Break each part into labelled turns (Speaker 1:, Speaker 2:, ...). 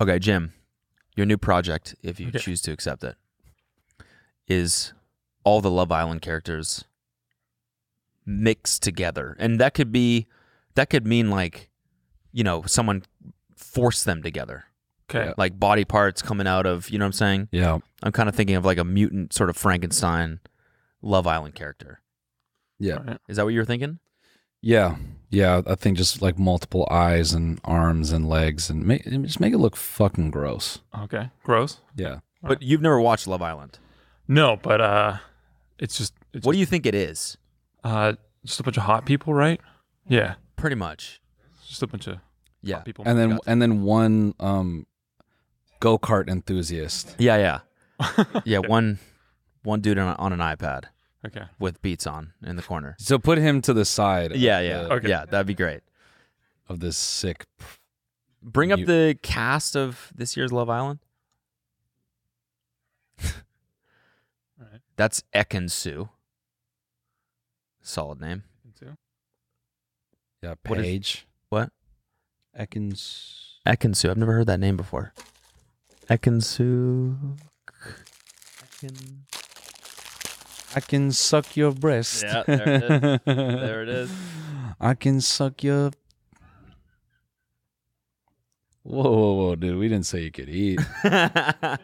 Speaker 1: Okay, Jim, your new project, if you
Speaker 2: Okay.
Speaker 1: choose to accept it, is all the Love Island characters mixed together. And that could be that could mean like, you know, someone forced them together.
Speaker 2: Okay.
Speaker 3: Yeah.
Speaker 1: Like body parts coming out of, you know what I'm saying?
Speaker 3: Yeah.
Speaker 1: I'm kind of thinking of like a mutant sort of Frankenstein Love Island character.
Speaker 3: Yeah.
Speaker 2: All right.
Speaker 1: Is that what you were thinking?
Speaker 3: Yeah. Yeah. I think just like multiple eyes and arms and legs and make, just make it look fucking gross.
Speaker 2: Okay. Gross.
Speaker 3: Yeah.
Speaker 1: But you've never watched Love Island.
Speaker 2: No, but uh, it's just it's
Speaker 1: What do you think it is?
Speaker 2: uh just a bunch of hot people, right? Yeah.
Speaker 1: Pretty much.
Speaker 2: Just a bunch of
Speaker 1: Yeah.
Speaker 2: hot people.
Speaker 3: And then
Speaker 1: Got
Speaker 3: and then one um go kart enthusiast.
Speaker 1: Yeah, yeah, yeah. One, one dude on, on an iPad
Speaker 2: okay.
Speaker 1: with beats on in the corner.
Speaker 3: So put him to the side. of
Speaker 1: Yeah, yeah,
Speaker 3: the-
Speaker 2: Okay.
Speaker 1: yeah. That'd be great.
Speaker 3: Of this sick.
Speaker 1: Bring up
Speaker 3: You-
Speaker 1: the cast of this year's Love Island.
Speaker 2: Alright.
Speaker 1: That's Ekansu. Solid name.
Speaker 2: Into-
Speaker 3: Yeah.
Speaker 1: What is-
Speaker 3: Page.
Speaker 1: What?
Speaker 3: Ekins.
Speaker 1: Ekansu. I've never heard that name before. Ekansu. Ekin.
Speaker 3: I can suck your breast.
Speaker 1: Yeah, there it
Speaker 3: is.
Speaker 1: There it is.
Speaker 3: I can suck your. Whoa, whoa, whoa, dude! We didn't say you could eat. yeah,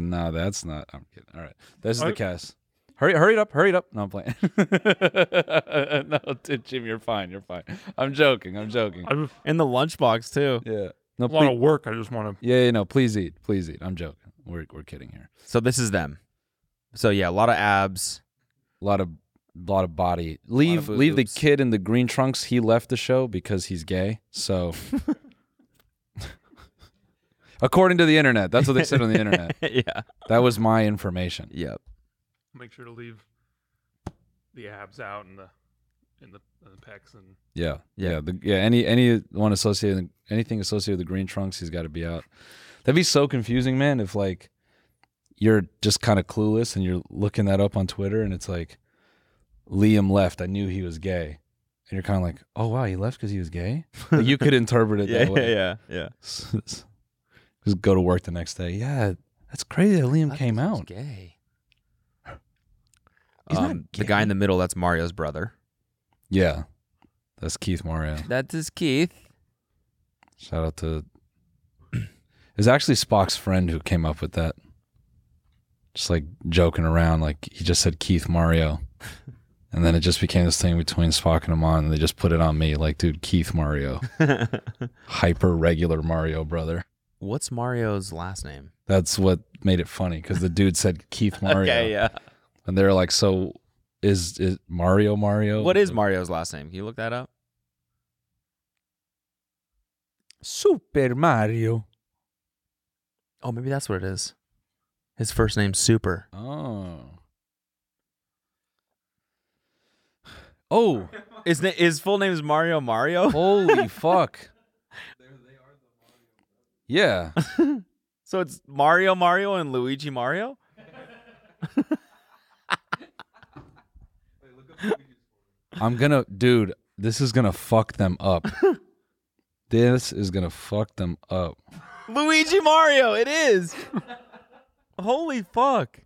Speaker 3: no, that's not. I'm kidding. All right, this is the
Speaker 2: Alright.
Speaker 3: cast. Hurry, hurry it up, hurry it up. No, I'm playing. no, dude, Jim, you're fine. You're fine. I'm joking. I'm joking.
Speaker 2: I just,
Speaker 1: in the lunchbox too.
Speaker 3: Yeah. No,
Speaker 2: a lot
Speaker 3: please.
Speaker 2: of work. I just want to.
Speaker 3: Yeah, yeah, no. Please eat. Please eat. I'm joking. We're we're kidding here.
Speaker 1: So this is them. So yeah, a lot of abs.
Speaker 3: A lot of lot of body. Leave leave the
Speaker 1: boobs.
Speaker 3: kid in the green trunks. He left the show because he's gay. So according to the internet, that's what they said on the internet.
Speaker 1: yeah.
Speaker 3: That was my information.
Speaker 1: Yep.
Speaker 2: Make sure to leave the abs out and the and the, and the pecs and
Speaker 3: Yeah.
Speaker 1: Yeah.
Speaker 3: Yeah. Yeah, the, yeah any anyone associated anything associated with the green trunks, he's got to be out. That'd be so confusing, man, if like you're just kind of clueless and you're looking that up on Twitter and it's like Liam left. I knew he was gay. And you're kind of like, "Oh wow, he left cuz he was gay?" Like, you could interpret it that way.
Speaker 1: yeah, yeah.
Speaker 3: just go to work the next day. Yeah, that's crazy that Liam came out.
Speaker 1: Gay.
Speaker 3: He's not
Speaker 1: Um, The guy in the middle, that's Mario's brother.
Speaker 3: Yeah, that's Keith Mario.
Speaker 1: That is Keith.
Speaker 3: Shout out to. It's actually Spock's friend who came up with that. Just like joking around, like he just said Keith Mario, and then it just became this thing between Spock and Amon, and they just put it on me, like, dude, Keith Mario, hyper regular Mario brother.
Speaker 1: What's Mario's last name?
Speaker 3: That's what made it funny because the dude said Keith Mario,
Speaker 1: yeah.
Speaker 3: and they're like, so is is Mario Mario?
Speaker 1: What is Mario's last name? Can you look that up?
Speaker 3: Super Mario.
Speaker 1: Oh, maybe that's what it is. His first name's Super.
Speaker 3: Oh. Oh,
Speaker 1: His, na- his full name is Mario Mario.
Speaker 3: holy fuck. Yeah.
Speaker 1: So it's Mario Mario and Luigi Mario?
Speaker 3: I'm going to dude, this is going to fuck them up. This is going to fuck them up.
Speaker 1: Luigi Mario, it is. Holy fuck.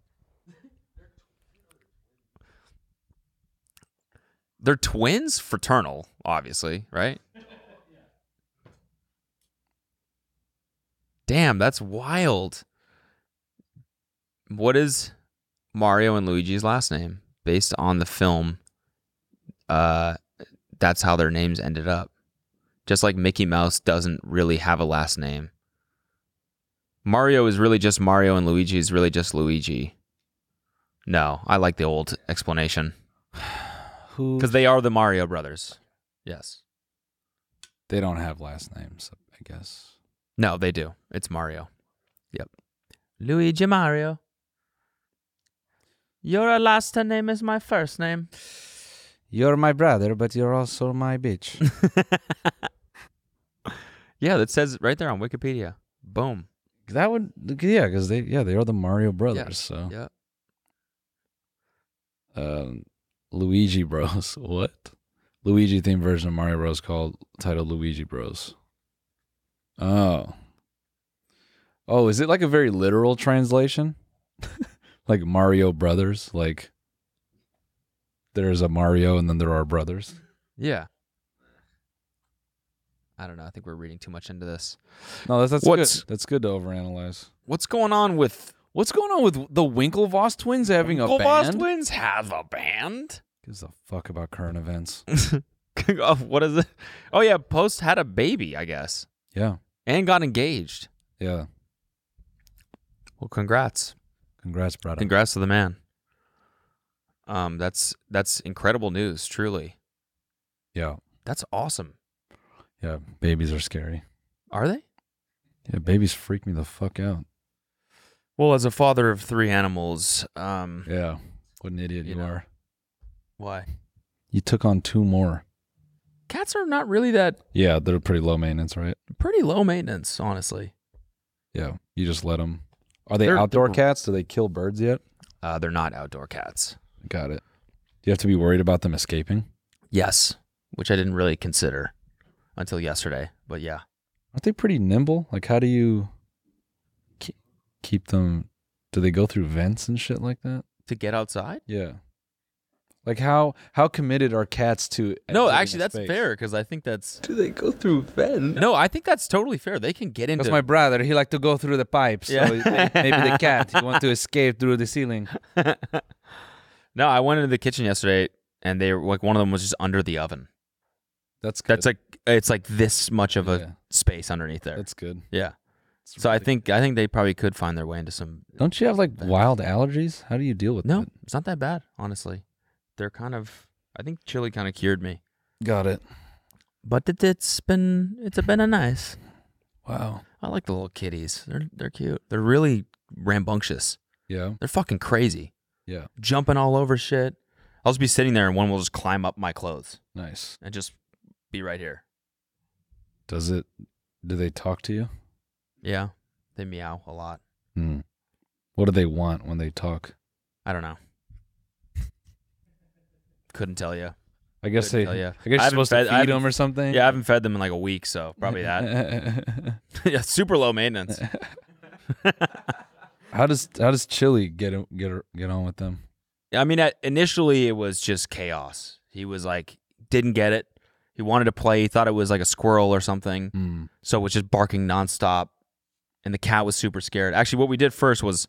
Speaker 1: They're twins? Fraternal, obviously, right? Damn, that's wild. What is Mario and Luigi's last name? Based on the film, uh, that's how their names ended up. Just like Mickey Mouse doesn't really have a last name. Mario is really just Mario and Luigi is really just Luigi. No, I like the old explanation
Speaker 3: Who
Speaker 1: because they are the Mario brothers. Yes.
Speaker 3: they don't have last names, I guess.
Speaker 1: No, they do. It's Mario. Yep. Luigi Mario. Your last name is my first name.
Speaker 3: You're my brother, but you're also my bitch.
Speaker 1: Yeah, that says it right there on Wikipedia. Boom.
Speaker 3: that would yeah, cuz they yeah, they are the Mario brothers, so
Speaker 1: Yeah.
Speaker 3: um, Luigi Bros. What? Luigi themed version of Mario Bros. called titled Luigi Bros. Oh, Oh, is it like a very literal translation? like Mario Brothers? Like there's a Mario and then there are brothers?
Speaker 1: Yeah. I don't know. I think we're reading too much into this.
Speaker 3: No, that's, that's
Speaker 1: What's-
Speaker 3: good. That's good to overanalyze.
Speaker 1: What's going on with
Speaker 3: What's going on with the Winklevoss twins having a
Speaker 1: Winklevoss
Speaker 3: band?
Speaker 1: twins have a band?
Speaker 3: Gives a fuck about current events.
Speaker 1: Oh, what is it? Oh yeah, Post had a baby, I guess,
Speaker 3: Yeah,
Speaker 1: and got engaged.
Speaker 3: yeah.
Speaker 1: Well, congrats.
Speaker 3: Congrats, brother.
Speaker 1: Congrats to the man. Um, that's that's incredible news, truly.
Speaker 3: yeah,
Speaker 1: That's awesome.
Speaker 3: yeah. Babies are scary.
Speaker 1: Are they?
Speaker 3: Yeah, babies freak me the fuck out.
Speaker 1: Well, as a father of three animals, um,
Speaker 3: Yeah. What an idiot
Speaker 1: You
Speaker 3: you,
Speaker 1: know.
Speaker 3: are.
Speaker 1: why
Speaker 3: You took on two more.
Speaker 1: cats are not really that
Speaker 3: Yeah, they're pretty low maintenance, right?
Speaker 1: pretty low maintenance, honestly.
Speaker 3: Yeah. You just let them. Are they
Speaker 1: They're-
Speaker 3: outdoor
Speaker 1: they're-
Speaker 3: cats? Do they kill birds yet?
Speaker 1: Uh, they're not outdoor cats.
Speaker 3: Got it. Do you have to be worried about them escaping?
Speaker 1: Yes, which I didn't really consider until yesterday. But yeah,
Speaker 3: Aren't they pretty nimble? Like, how do you ke- keep them? Do they go through vents and shit like that?
Speaker 1: to get outside.
Speaker 3: Yeah. Like how how committed are cats to?
Speaker 1: no,
Speaker 3: exiting
Speaker 1: actually,
Speaker 3: a
Speaker 1: that's
Speaker 3: space?
Speaker 1: fair because I think that's
Speaker 4: Do they go through vents?
Speaker 1: no, I think that's totally fair. They can get
Speaker 4: Because
Speaker 1: into
Speaker 4: my brother, he like to go through the pipes.
Speaker 1: Yeah.
Speaker 4: So may- maybe the cat he want to escape through the ceiling.
Speaker 1: no, I went into the kitchen yesterday, and they were like one of them was just under the oven.
Speaker 3: That's good.
Speaker 1: That's like it's like this much of a
Speaker 3: Yeah,
Speaker 1: space underneath there.
Speaker 3: that's good.
Speaker 1: yeah.
Speaker 3: It's
Speaker 1: So I
Speaker 3: really-
Speaker 1: think I think they probably could find their way into some.
Speaker 3: Don't you have like
Speaker 1: Vents.
Speaker 3: wild allergies? How do you deal with
Speaker 1: No,
Speaker 3: that?
Speaker 1: it's not that bad, honestly. They're kind of. I think chili kind of cured me,
Speaker 3: Got it.
Speaker 1: but it, it's been it's been a nice.
Speaker 3: Wow.
Speaker 1: I like the little kitties. They're they're cute. They're really rambunctious.
Speaker 3: Yeah.
Speaker 1: They're fucking crazy.
Speaker 3: Yeah.
Speaker 1: Jumping all over shit. I'll just be sitting there and one will just climb up my clothes
Speaker 3: Nice.
Speaker 1: and just be right here.
Speaker 3: Does it? Do they talk to you?
Speaker 1: Yeah. They meow a lot.
Speaker 3: Hmm. What do they want when they talk?
Speaker 1: I don't know. Couldn't tell you.
Speaker 3: I guess
Speaker 1: Couldn't
Speaker 3: they.
Speaker 1: tell ya.
Speaker 3: I guess
Speaker 1: I
Speaker 3: you're
Speaker 1: haven't
Speaker 3: supposed
Speaker 1: fed- I
Speaker 3: to feed
Speaker 1: haven't-
Speaker 3: them or something.
Speaker 1: Yeah, I haven't fed them in like a week, so probably that.
Speaker 3: that.
Speaker 1: yeah, super low maintenance.
Speaker 3: how does how does Chili get o- get o- get on with them?
Speaker 1: I mean, at, initially it was just chaos. He was like, didn't get it. He wanted to play. He thought it was like a squirrel or something.
Speaker 3: Hmm.
Speaker 1: So it was just barking nonstop. And the cat was super scared. Actually, what we did first was,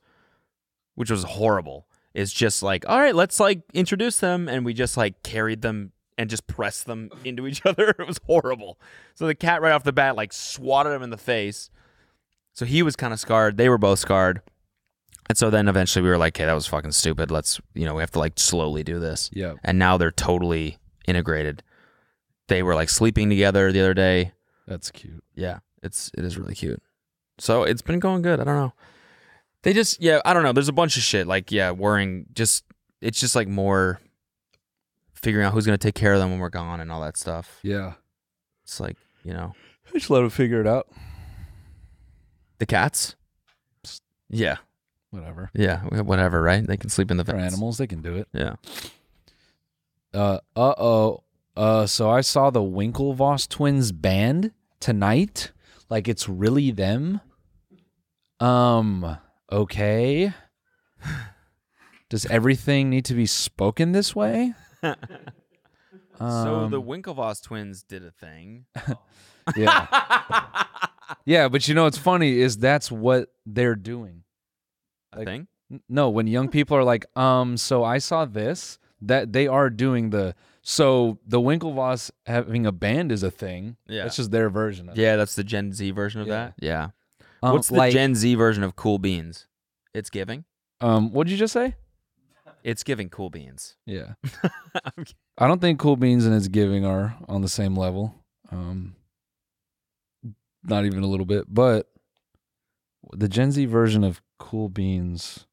Speaker 1: which was horrible, is just like, all right, let's like introduce them. And we just like carried them and just pressed them into each other. It was horrible. So the cat right off the bat like swatted him in the face. So he was kind of scarred. They were both scarred. And so then eventually we were like, hey, that was fucking stupid. Let's, you know, we have to like slowly do this.
Speaker 3: Yeah.
Speaker 1: And now they're totally integrated. They were like sleeping together the other day
Speaker 3: That's cute.
Speaker 1: yeah, it's it is really cute. So it's been going good. I don't know. They just yeah, I don't know. There's a bunch of shit like yeah, worrying. Just it's just like more figuring out who's gonna take care of them when we're gone and all that stuff.
Speaker 3: Yeah.
Speaker 1: It's like you know
Speaker 3: Just let them figure it out.
Speaker 1: the cats. Yeah,
Speaker 3: Whatever.
Speaker 1: yeah, wh- whatever. Right? They can sleep in the
Speaker 3: They're
Speaker 1: vents.
Speaker 3: animals. They can do it.
Speaker 1: Yeah.
Speaker 3: Uh oh. Uh so I saw the Winklevoss twins band tonight. Like it's really them. Um okay. Does everything need to be spoken this way?
Speaker 1: so the
Speaker 3: Um,
Speaker 1: Winklevoss twins did a thing.
Speaker 3: yeah. yeah, but you know what's funny is that's what they're doing.
Speaker 1: A
Speaker 3: Like-
Speaker 1: thing?
Speaker 3: N- No, when young people are like, um, so I saw this, that they are doing the so the Winklevoss having a band is a thing.
Speaker 1: Yeah.
Speaker 3: That's just their version of it.
Speaker 1: Yeah, that's the Gen Z version of
Speaker 3: Yeah.
Speaker 1: that. Yeah.
Speaker 3: Um,
Speaker 1: What's the
Speaker 3: like,
Speaker 1: Gen Z version of Cool Beans? It's giving.
Speaker 3: Um, what'd you just say?
Speaker 1: It's giving Cool Beans.
Speaker 3: Yeah.
Speaker 1: I'm
Speaker 3: I don't think Cool Beans and It's Giving are on the same level. Um, not even a little bit. But the Gen Z version of Cool Beans.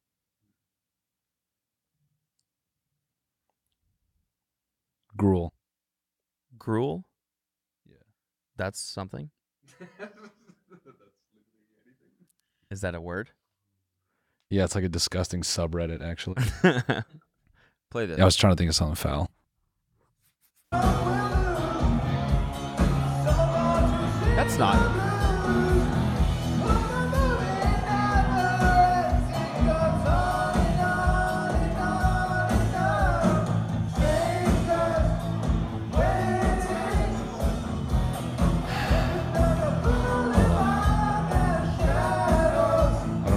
Speaker 3: Gruel.
Speaker 1: Gruel? Yeah. That's something? Is that a word?
Speaker 3: Yeah, it's like a disgusting subreddit, actually.
Speaker 1: Play this.
Speaker 3: I was trying to think of something foul.
Speaker 1: That's not.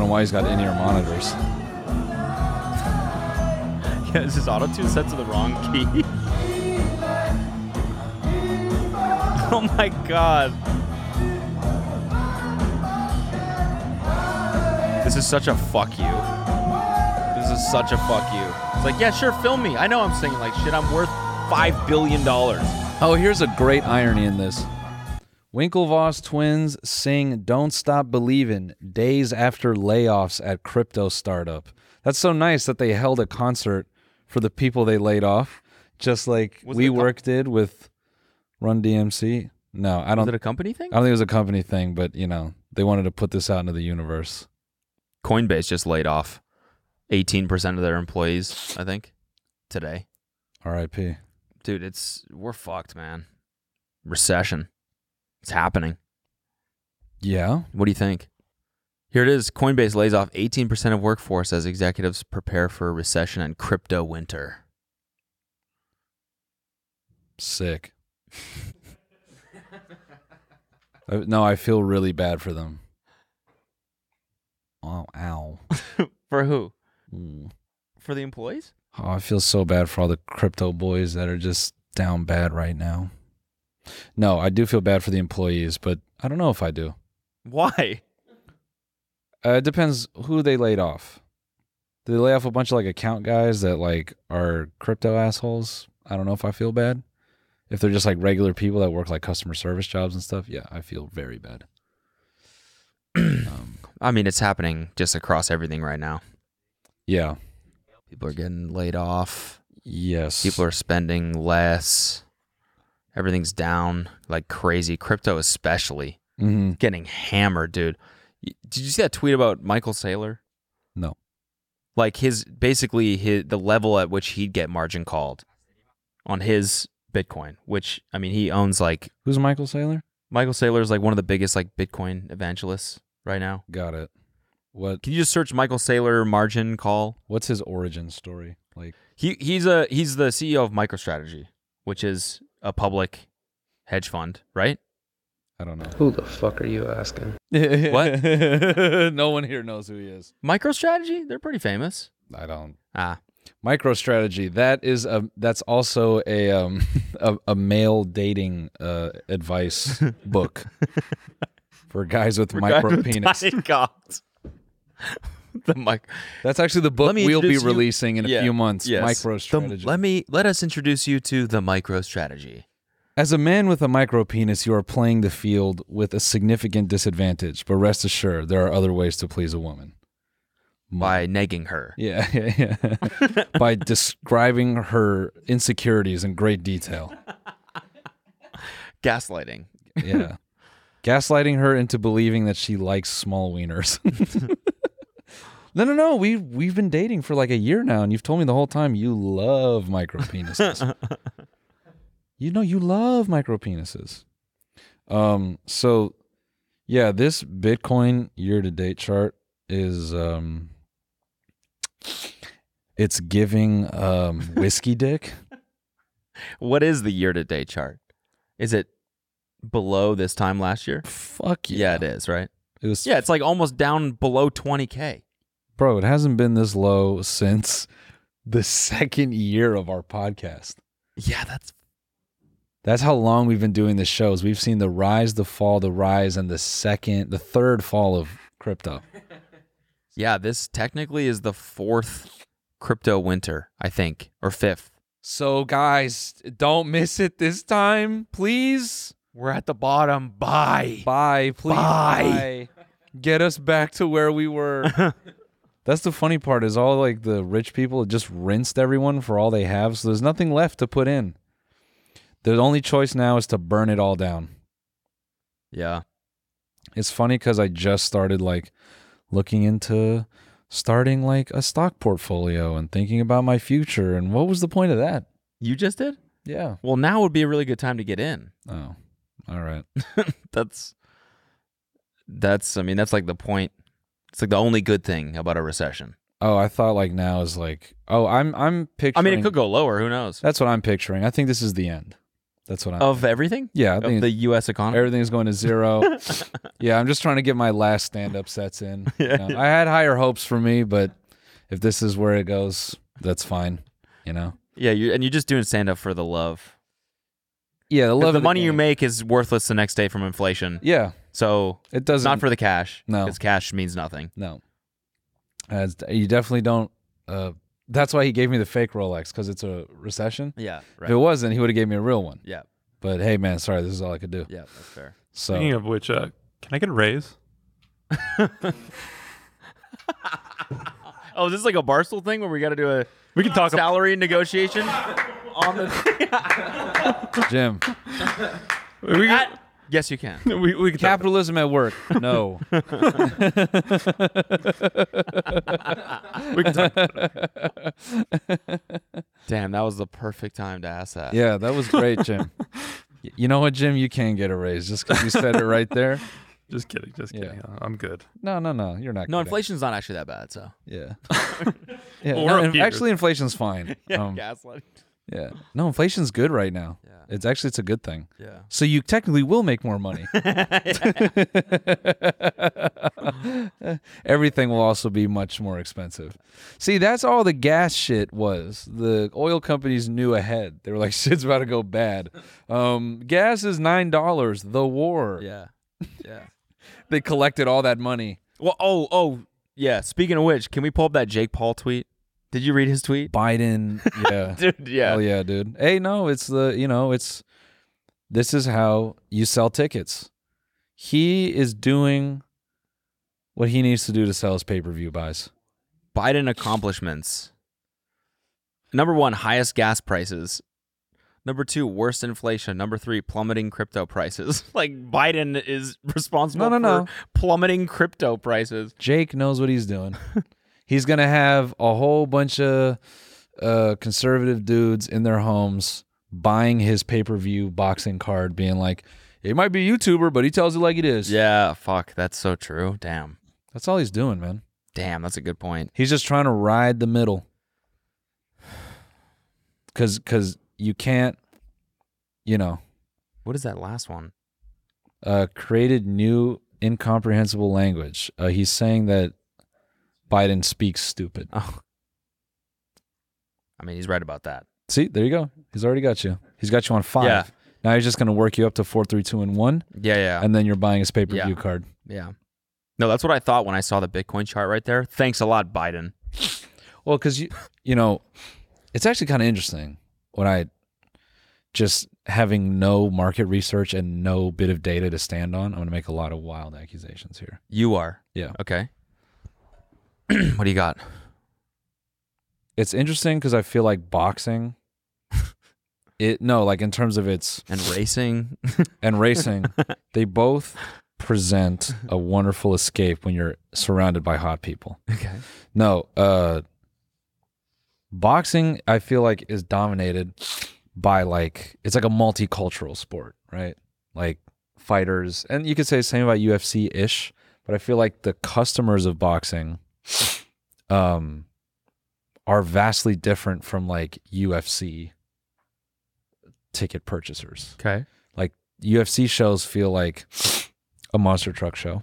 Speaker 3: why he's got in-ear monitors.
Speaker 1: Yeah, is his auto tune set to the wrong key? oh my god. This is such a fuck you. This is such a fuck you. It's like, yeah, sure, film me. I know I'm singing like shit. I'm worth $5 billion.
Speaker 3: Oh, here's a great irony in this. Winklevoss twins sing Don't Stop Believin' days after layoffs at crypto startup. That's so nice that they held a concert for the people they laid off, just like
Speaker 1: Was it a co-
Speaker 3: WeWork did with Run DMC. No, I
Speaker 1: Is
Speaker 3: don't
Speaker 1: it a company thing?
Speaker 3: I don't think it was a company thing, but you know, they wanted to put this out into the universe.
Speaker 1: Coinbase just laid off 18% of their employees, I think, today.
Speaker 3: R.I.P.
Speaker 1: Dude, it's we're fucked, man. Recession. It's happening.
Speaker 3: Yeah.
Speaker 1: What do you think? Here it is. Coinbase lays off 18% of workforce as executives prepare for a recession and crypto winter.
Speaker 3: Sick. I- no, I feel really bad for them. Oh, ow.
Speaker 1: For who?
Speaker 3: Ooh.
Speaker 1: For the employees?
Speaker 3: Oh, I feel so bad for all the crypto boys that are just down bad right now. No, I do feel bad for the employees, but I don't know if I do.
Speaker 1: Why?
Speaker 3: Uh, it depends who they laid off. Did they lay off a bunch of like account guys that like are crypto assholes? I don't know if I feel bad. If they're just like regular people that work like customer service jobs and stuff, yeah, I feel very bad. um,
Speaker 1: I mean, it's happening just across everything right now.
Speaker 3: yeah.
Speaker 1: People are getting laid off.
Speaker 3: Yes.
Speaker 1: People are spending less. Everything's down like crazy. Crypto especially.
Speaker 3: hmm
Speaker 1: getting hammered, dude. Y- Did you see that tweet about Michael Saylor?
Speaker 3: No.
Speaker 1: Like his basically his the level at which he'd get margin called on his Bitcoin, which I mean he owns like
Speaker 3: Who's Michael Saylor?
Speaker 1: Michael Saylor is like one of the biggest like Bitcoin evangelists right now.
Speaker 3: Got it. What
Speaker 1: Can you just search Michael Saylor margin call?
Speaker 3: What's his origin story? Like,
Speaker 1: He he's a he's the CEO of MicroStrategy, which is a public hedge fund, right?
Speaker 3: I don't know.
Speaker 5: Who the fuck are you asking?
Speaker 1: What?
Speaker 3: no one here knows who he is.
Speaker 1: MicroStrategy, they're pretty famous.
Speaker 3: I don't.
Speaker 1: Ah,
Speaker 3: MicroStrategy. That is a. That's also a um a, a male dating uh advice book for guys with micro penis.
Speaker 1: the mic.
Speaker 3: That's actually the book
Speaker 1: me
Speaker 3: we'll be
Speaker 1: introduce you-
Speaker 3: releasing in
Speaker 1: Yeah,
Speaker 3: a few months.
Speaker 1: yes.
Speaker 3: MicroStrategy.
Speaker 1: The- let me let us introduce you to the micro strategy.
Speaker 3: As a man with a micro penis, you are playing the field with a significant disadvantage. But rest assured, there are other ways to please a woman.
Speaker 1: By negging her.
Speaker 3: Yeah, yeah, yeah. By describing her insecurities in great detail.
Speaker 1: Gaslighting.
Speaker 3: Yeah. Gaslighting her into believing that she likes small wieners. no, no, no. We we've been dating for like a year now, and you've told me the whole time you love micro penises. you know you love micro penises. Um, so yeah, this Bitcoin year to date chart is um it's giving um whiskey dick.
Speaker 1: What is the year to date chart? Is it below this time last year?
Speaker 3: Fuck
Speaker 1: Yeah, it is, right?
Speaker 3: It was
Speaker 1: Yeah, it's like almost down below 20k.
Speaker 3: Bro, it hasn't been this low since the second year of our podcast.
Speaker 1: Yeah, that's
Speaker 3: That's how long we've been doing the shows. We've seen the rise, the fall, the rise, and the second, the third fall of crypto.
Speaker 1: Yeah, this technically is the fourth crypto winter, I think, or fifth.
Speaker 4: So, guys, don't miss it this time, please.
Speaker 1: We're at the bottom. Bye.
Speaker 4: Bye, please.
Speaker 1: Bye.
Speaker 4: Bye. Get us back to where we were.
Speaker 3: That's the funny part is all like the rich people just rinsed everyone for all they have, so there's nothing left to put in. The only choice now is to burn it all down.
Speaker 1: Yeah.
Speaker 3: It's funny because I just started like looking into starting like a stock portfolio and thinking about my future and what was the point of that?
Speaker 1: You just did?
Speaker 3: Yeah.
Speaker 1: Well, now would be a really good time to get in.
Speaker 3: Oh, all right.
Speaker 1: that's that's I mean that's like the point. It's like the only good thing about a recession.
Speaker 3: Oh, I thought like now is like oh I'm I'm
Speaker 1: I
Speaker 3: picturing.
Speaker 1: mean, it could go lower. Who knows?
Speaker 3: That's what I'm picturing. I think this is the end. That's what I'm.
Speaker 1: of everything
Speaker 3: yeah,
Speaker 1: Oh.
Speaker 3: I
Speaker 1: of
Speaker 3: think
Speaker 1: the U.S. economy.
Speaker 3: everything's going to zero. yeah, I'm just trying to get my last stand-up sets in. you
Speaker 1: Yeah,
Speaker 3: know. I had higher hopes for me, but if this is where it goes, that's fine. You know.
Speaker 1: yeah, you're, and you're just doing stand up for the love.
Speaker 3: Yeah, the
Speaker 1: 'Cause
Speaker 3: love
Speaker 1: the
Speaker 3: of
Speaker 1: money you
Speaker 3: game.
Speaker 1: make is worthless the next day from inflation.
Speaker 3: Yeah,
Speaker 1: So
Speaker 3: it doesn't.
Speaker 1: not for the cash.
Speaker 3: No.
Speaker 1: because cash means nothing.
Speaker 3: No. As you definitely don't. Uh, that's why he gave me the fake Rolex because it's a recession.
Speaker 1: Yeah,
Speaker 3: If it
Speaker 1: right.
Speaker 3: wasn't, he would have gave me a real one.
Speaker 1: Yeah,
Speaker 3: But hey, man, sorry, this is all I could do.
Speaker 1: yeah, that's fair.
Speaker 3: So
Speaker 2: Speaking of which, uh, can I get a raise?
Speaker 1: Oh, is this like a Barstool thing where we got to do a
Speaker 2: We can talk. About,
Speaker 1: salary negotiation on the?
Speaker 3: Jim,
Speaker 2: we, can,
Speaker 1: At- yes, you can.
Speaker 2: we, we can talk-
Speaker 3: capitalism at work. No,
Speaker 2: we can talk.
Speaker 1: Damn, that was the perfect time to ask that.
Speaker 3: yeah, that was great, Jim. Y- You know what, Jim? You can get a raise just because you said it right there.
Speaker 2: Just kidding. Just
Speaker 3: Yeah.
Speaker 2: kidding. I'm good.
Speaker 3: No, no, no, you're not.
Speaker 1: No,
Speaker 3: kidding.
Speaker 1: inflation's not actually that bad. So
Speaker 3: Yeah, yeah.
Speaker 2: Well,
Speaker 3: no,
Speaker 2: we're up
Speaker 3: in-
Speaker 2: here.
Speaker 3: actually, inflation's fine. Um,
Speaker 1: gaslighting.
Speaker 3: yeah. No, inflation's good right now.
Speaker 1: Yeah.
Speaker 3: It's actually it's a good thing.
Speaker 1: Yeah.
Speaker 3: So you technically will make more money. Everything will also be much more expensive. See, that's all the gas shit was. The oil companies knew ahead. They were like, shit's about to go bad. Um, gas is $9, the war.
Speaker 1: Yeah. Yeah.
Speaker 3: They collected all that money.
Speaker 1: Well, oh, oh, yeah. Speaking of which, can we pull up that Jake Paul tweet? Did you read his tweet?
Speaker 3: Biden, yeah.
Speaker 1: Dude, yeah.
Speaker 3: Hell yeah, dude. Hey, no, it's the you know, it's this is how you sell tickets. He is doing what he needs to do to sell his pay per view buys.
Speaker 1: Biden accomplishments. Number one, highest gas prices. Number two, worst inflation. Number three, plummeting crypto prices. like Biden is responsible
Speaker 3: No, no,
Speaker 1: for plummeting crypto prices.
Speaker 3: Jake knows what he's doing. he's gonna have a whole bunch of uh, conservative dudes in their homes buying his pay per view boxing card, being like, "He might be a YouTuber, but he tells it like it is."
Speaker 1: Yeah, fuck. That's so true. Damn.
Speaker 3: that's all he's doing, man.
Speaker 1: Damn, that's a good point.
Speaker 3: He's just trying to ride the middle. Cause, cause you can't, you know,
Speaker 1: What is that last one?
Speaker 3: uh, created new incomprehensible language. Uh, he's saying that Biden speaks stupid.
Speaker 1: Oh. I mean, he's right about that.
Speaker 3: See, there you go. He's already got you. He's got you on five.
Speaker 1: Yeah.
Speaker 3: Now he's just gonna work you up to four, three, two, and one,
Speaker 1: Yeah, yeah.
Speaker 3: and then you're buying his pay per view
Speaker 1: Yeah.
Speaker 3: card.
Speaker 1: Yeah. No, that's what I thought when I saw the Bitcoin chart right there. Thanks a lot, Biden.
Speaker 3: Well, because you you know, it's actually kind of interesting when I just having no market research and no bit of data to stand on. I'm going to make a lot of wild accusations here.
Speaker 1: You are.
Speaker 3: Yeah.
Speaker 1: Okay. what do you got?
Speaker 3: It's interesting because I feel like boxing. It no, like in terms of its
Speaker 1: And racing.
Speaker 3: and racing, they both present a wonderful escape when you're surrounded by hot people.
Speaker 1: okay.
Speaker 3: No, uh boxing I feel like is dominated by like it's like a multicultural sport, right? Like fighters and you could say the same about UFC ish, but I feel like the customers of boxing um are vastly different from like UFC ticket purchasers.
Speaker 1: Okay.
Speaker 3: UFC shows feel like a monster truck show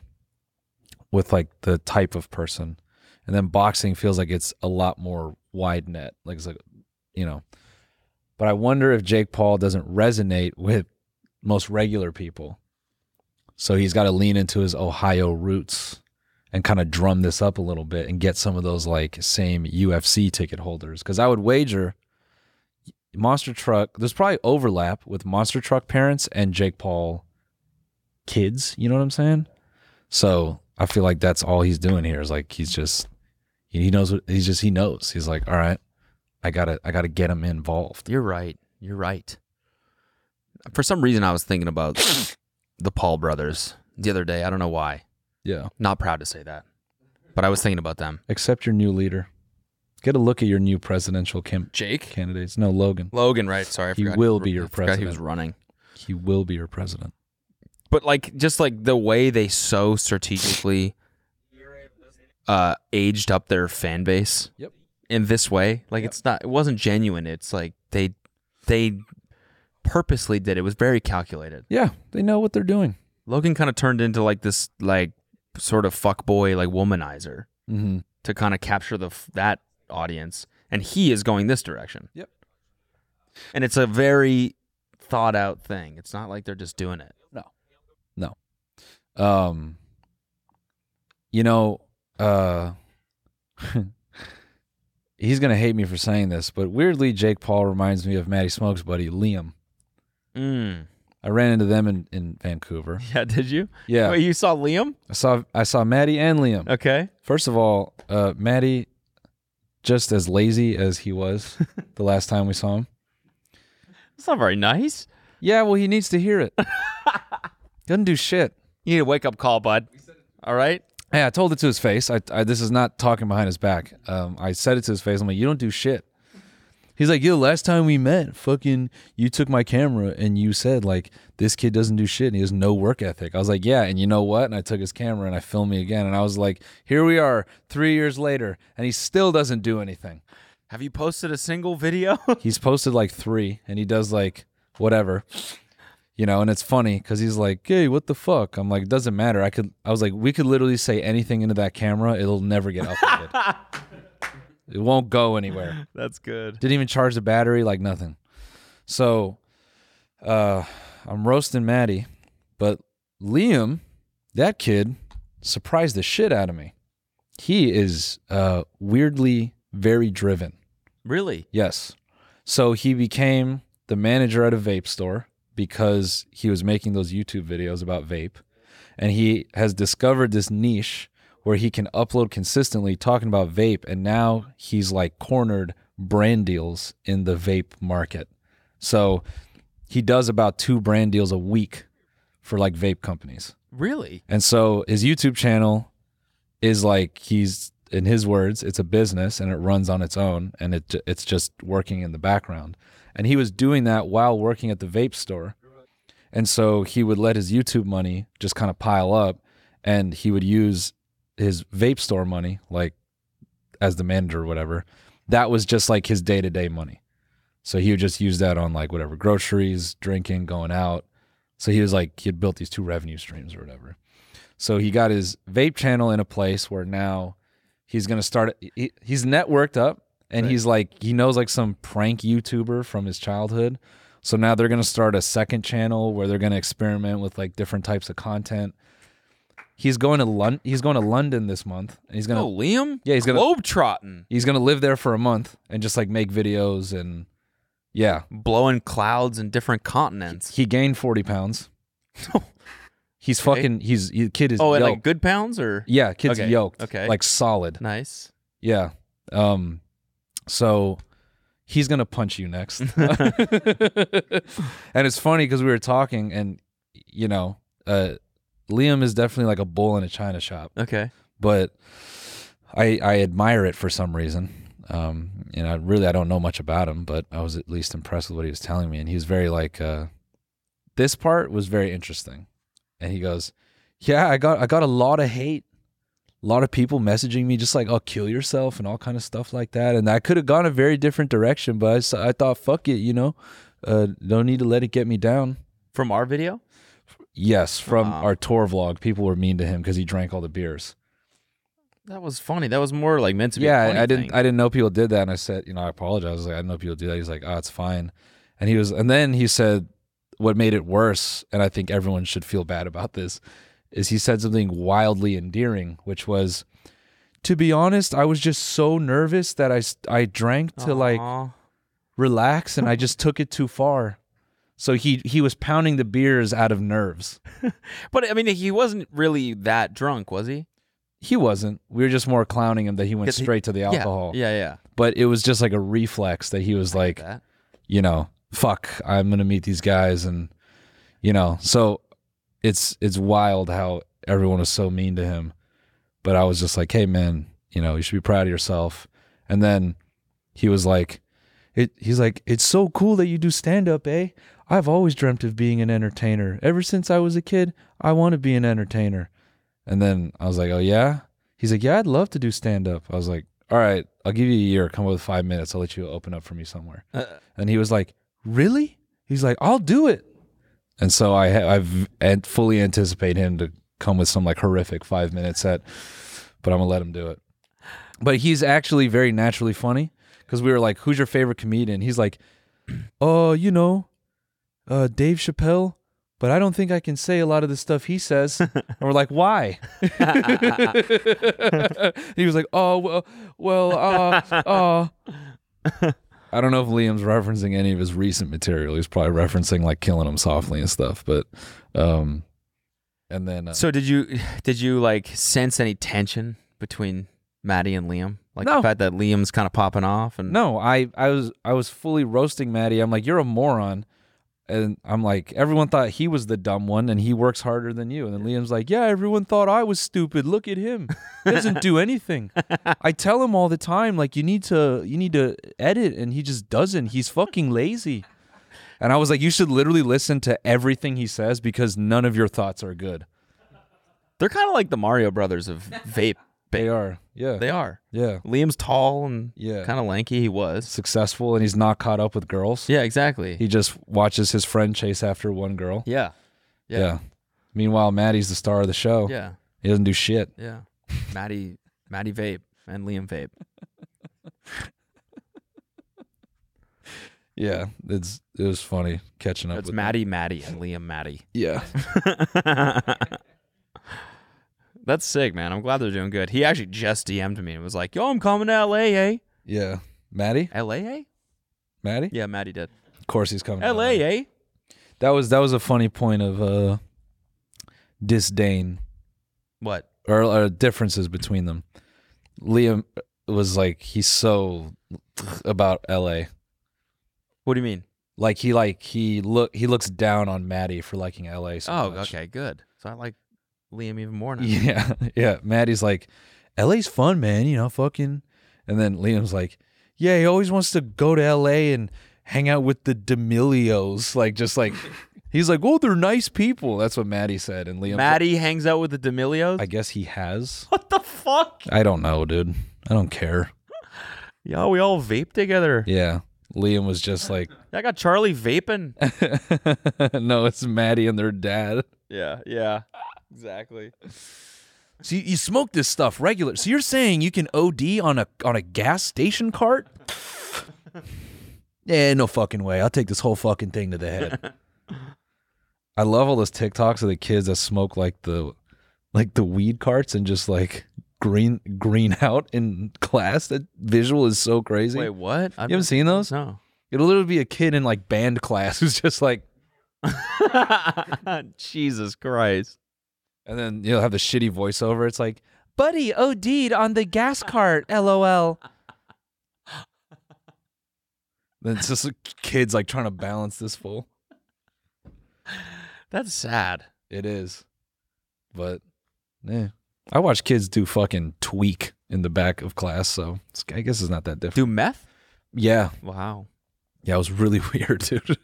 Speaker 3: with like the type of person. And then boxing feels like it's a lot more wide net. Like it's like, you know. But I wonder if Jake Paul doesn't resonate with most regular people. So he's got to lean into his Ohio roots and kind of drum this up a little bit and get some of those like same UFC ticket holders. Cause I would wager Monster Truck, there's probably overlap with Monster Truck parents and Jake Paul kids. You know what I'm saying? So I feel like that's all he's doing here is like he's just he knows what he's just he knows. He's like, all right, I gotta I gotta get him involved.
Speaker 1: You're right. You're right. For some reason, I was thinking about the Paul brothers the other day. I don't know why.
Speaker 3: Yeah.
Speaker 1: Not proud to say that, but I was thinking about them.
Speaker 3: Accept your new leader. Get a look at your new presidential cam-
Speaker 1: Jake?
Speaker 3: candidates. No, Logan.
Speaker 1: Logan, right? Sorry. I
Speaker 3: He
Speaker 1: forgot
Speaker 3: will be your
Speaker 1: I forgot He was
Speaker 3: president.
Speaker 1: running.
Speaker 3: He will be your president.
Speaker 1: but like just like the way they so strategically uh aged up their fan base
Speaker 3: Yep.
Speaker 1: in this way like it's not it wasn't genuine it's like they they purposely did it. It was very calculated.
Speaker 3: Yeah, they know what they're doing.
Speaker 1: Logan kind of turned into like this like sort of fuckboy like womanizer
Speaker 3: Mm-hmm.
Speaker 1: to kind of capture the f- that audience and he is going this direction.
Speaker 3: Yep.
Speaker 1: And it's a very thought out thing. It's not like they're just doing it.
Speaker 3: Um, you know, uh, he's gonna hate me for saying this, but weirdly, Jake Paul reminds me of Maddie Smoke's buddy Liam.
Speaker 1: Mm.
Speaker 3: I ran into them in, in Vancouver.
Speaker 1: Yeah, did you?
Speaker 3: Yeah,
Speaker 1: Wait, you saw Liam?
Speaker 3: I saw I saw Maddie and Liam.
Speaker 1: Okay.
Speaker 3: First of all, uh, Maddie, just as lazy as he was the last time we saw him.
Speaker 1: That's not very nice.
Speaker 3: Yeah, well, he needs to hear it. Doesn't do shit.
Speaker 1: You need a wake up call, bud. All right.
Speaker 3: Hey, I told it to his face. I, I this is not talking behind his back. Um, I said it to his face. I'm like, you don't do shit. He's like, yo, last time we met, fucking, you took my camera and you said like, this kid doesn't do shit and he has no work ethic. I was like, yeah, and you know what? And I took his camera and I filmed me again, and I was like, here we are, three years later, and he still doesn't do anything.
Speaker 1: Have you posted a single video?
Speaker 3: he's posted like three and he does like whatever you know and it's funny because he's like hey what the fuck i'm like it doesn't matter i could i was like we could literally say anything into that camera it'll never get uploaded it won't go anywhere
Speaker 1: That's good.
Speaker 3: didn't even charge the battery like nothing so uh i'm roasting maddie but liam that kid surprised the shit out of me he is uh weirdly very driven
Speaker 1: Really?
Speaker 3: Yes. So he became the manager at a vape store because he was making those YouTube videos about vape. And he has discovered this niche where he can upload consistently talking about vape. And now he's like cornered brand deals in the vape market. So he does about two brand deals a week for like vape companies.
Speaker 1: Really?
Speaker 3: And so his YouTube channel is like he's in his words, it's a business and it runs on its own and it ju- it's just working in the background. And he was doing that while working at the vape store. And so he would let his YouTube money just kind of pile up and he would use his vape store money like as the manager or whatever. That was just like his day-to-day money. So he would just use that on like whatever groceries, drinking, going out. So he was like he had built these two revenue streams or whatever. So he got his vape channel in a place where now he's going to start. He, he's networked up and
Speaker 1: Right.
Speaker 3: he's like, he knows like some prank YouTuber from his childhood. So now they're going to start a second channel where they're going to experiment with like different types of content. He's going to London. He's going to London this month, and he's going to
Speaker 1: Oh, Liam?
Speaker 3: Yeah, he's gonna-
Speaker 1: Globetrotting.
Speaker 3: he's going to live there for a month and just like make videos and yeah.
Speaker 1: Blowing clouds in different continents.
Speaker 3: He gained forty pounds. he's
Speaker 1: Okay.
Speaker 3: fucking. He's the kid is
Speaker 1: Oh, and like
Speaker 3: yoked.
Speaker 1: good pounds or?
Speaker 3: yeah, kid's
Speaker 1: okay,
Speaker 3: yoked.
Speaker 1: okay.
Speaker 3: like solid.
Speaker 1: Nice.
Speaker 3: Yeah. Um so he's going to punch you next. and it's funny cuz we were talking and you know, uh Liam is definitely like a bull in a china shop,
Speaker 1: Okay.
Speaker 3: but I I admire it for some reason. Um and I really I don't know much about him, but I was at least impressed with what he was telling me and he was very like uh this part was very interesting. And he goes, "Yeah, I got I got a lot of hate a lot of people messaging me just like, "Oh, kill yourself" and all kind of stuff like that. And I could have gone a very different direction, but I s- I, thought, "Fuck it," you know, uh, no need to let it get me down.
Speaker 1: From our video?
Speaker 3: Yes, from
Speaker 1: Wow.
Speaker 3: our tour vlog, people were mean to him because he drank all the beers.
Speaker 1: That was funny. That was more like meant to be. a
Speaker 3: Yeah,
Speaker 1: funny
Speaker 3: I, I didn't
Speaker 1: thing.
Speaker 3: I didn't know people did that, and I said, you know, I apologize. I was like, I didn't know people do that. He's like, "Oh, it's fine," and he was, and then he said, what made it worse, and I think everyone should feel bad about this, is he said something wildly endearing, which was. To be honest, I was just so nervous that I, s- I drank to like
Speaker 1: Aw.
Speaker 3: relax and I just took it too far. So he he was pounding the beers out of nerves.
Speaker 1: But I mean, he wasn't really that drunk, was he?
Speaker 3: He wasn't. We were just more clowning him that he went
Speaker 1: 'Cause he-
Speaker 3: straight to the alcohol.
Speaker 1: Yeah, yeah. yeah.
Speaker 3: But it was just like a reflex that he was like,
Speaker 1: That.
Speaker 3: you know, fuck, I'm gonna meet these guys and you know, so it's it's wild how everyone was so mean to him. But I was just like, hey man, you know, you should be proud of yourself. And then he was like it he's like, It's so cool that you do stand up, eh? I've always dreamt of being an entertainer. Ever since I was a kid, I want to be an entertainer. And then I was like, Oh yeah? He's like, Yeah, I'd love to do stand up. I was like, All right, I'll give you a year, come up with five minutes, I'll let you open up for me somewhere.
Speaker 1: Uh,
Speaker 3: And he was like, Really? He's like, I'll do it. And so I ha- I've and fully anticipate him to come with some like horrific five minute set, but I'm gonna let him do it. But he's actually very naturally funny because we were like, "Who's your favorite comedian?" He's like, "Oh, you know, uh, Dave Chappelle." But I don't think I can say a lot of the stuff he says. and we're like, why? he was like, oh well, well, uh, uh. I don't know if Liam's referencing any of his recent material. He's probably referencing like killing him softly and stuff. But, um, and then uh,
Speaker 1: So did you did you like sense any tension between Maddie and Liam? Like
Speaker 3: No.
Speaker 1: the fact that Liam's kind of popping off and
Speaker 3: no, I I was I was fully roasting Maddie. I'm like, you're a moron, and I'm like, everyone thought he was the dumb one, and he works harder than you. And then Liam's like, yeah, everyone thought I was stupid. Look at him, he doesn't do anything. I tell him all the time, like, you need to you need to edit, and he just doesn't. He's fucking lazy. And I was like, you should literally listen to everything he says because none of your thoughts are good.
Speaker 1: they're kind of like the Mario brothers of vape.
Speaker 3: They are, yeah,
Speaker 1: They are.
Speaker 3: yeah,
Speaker 1: Liam's tall and
Speaker 3: Yeah.
Speaker 1: kind of lanky. He was.
Speaker 3: successful, and he's not caught up with girls.
Speaker 1: Yeah, exactly.
Speaker 3: He just watches his friend chase after one girl.
Speaker 1: yeah.
Speaker 3: Yeah.
Speaker 1: Yeah.
Speaker 3: Meanwhile, Maddie's the star of the show.
Speaker 1: Yeah.
Speaker 3: He doesn't do shit.
Speaker 1: Yeah. Maddie Maddie vape and Liam vape.
Speaker 3: Yeah. It's it was funny catching up
Speaker 1: That's
Speaker 3: with
Speaker 1: Maddie Maddie and Liam Maddie.
Speaker 3: Yeah.
Speaker 1: That's sick, man. I'm glad they're doing good. He actually just DM'd me and was like, "Yo, I'm coming to LA, eh?
Speaker 3: Yeah. Maddie?
Speaker 1: LA, eh?
Speaker 3: Maddie?
Speaker 1: Yeah, Maddie did.
Speaker 3: Of course he's coming. to
Speaker 1: LA, eh?
Speaker 3: That was that was a funny point of uh disdain
Speaker 1: What?
Speaker 3: or, or differences between them. Liam was like he's so about LA.
Speaker 1: What do you mean?
Speaker 3: Like he like he look he looks down on Maddie for liking LA so
Speaker 1: oh,
Speaker 3: much.
Speaker 1: okay, good. So I like Liam even more now.
Speaker 3: Yeah, yeah. Maddie's like, LA's fun, man. You know, fucking. And then Liam's like, yeah, he always wants to go to LA and hang out with the D'Amelios. Like, just like, he's like, oh, they're nice people. That's what Maddie said. And Liam,
Speaker 1: Maddie hangs out with the D'Amelios.
Speaker 3: I guess he has.
Speaker 1: what the fuck?
Speaker 3: I don't know, dude. I don't care.
Speaker 1: Yo, we all vape together.
Speaker 3: Yeah. Liam was just like,
Speaker 1: I got Charlie vaping.
Speaker 3: no, it's Maddie and their dad.
Speaker 1: yeah, yeah, exactly.
Speaker 3: So you, you smoke this stuff regular. So you're saying you can OD on a on a gas station cart? yeah, no fucking way. I'll take this whole fucking thing to the head. I love all those TikToks of the kids that smoke like the like the weed carts and just like green green out in class. That visual is so crazy.
Speaker 1: Wait, what? I've
Speaker 3: you haven't seen those?
Speaker 1: No.
Speaker 3: It'll literally be a kid in like band class who's just like
Speaker 1: Jesus Christ.
Speaker 3: and then you'll have the shitty voiceover. It's like, buddy OD'd on the gas cart, LOL. then it's just like, kids like trying to balance this fool.
Speaker 1: That's sad.
Speaker 3: It is. But yeah. I watch kids do fucking tweak in the back of class, so it's, I guess it's not that different.
Speaker 1: Do meth?
Speaker 3: yeah.
Speaker 1: Wow.
Speaker 3: Yeah, it was really weird, dude.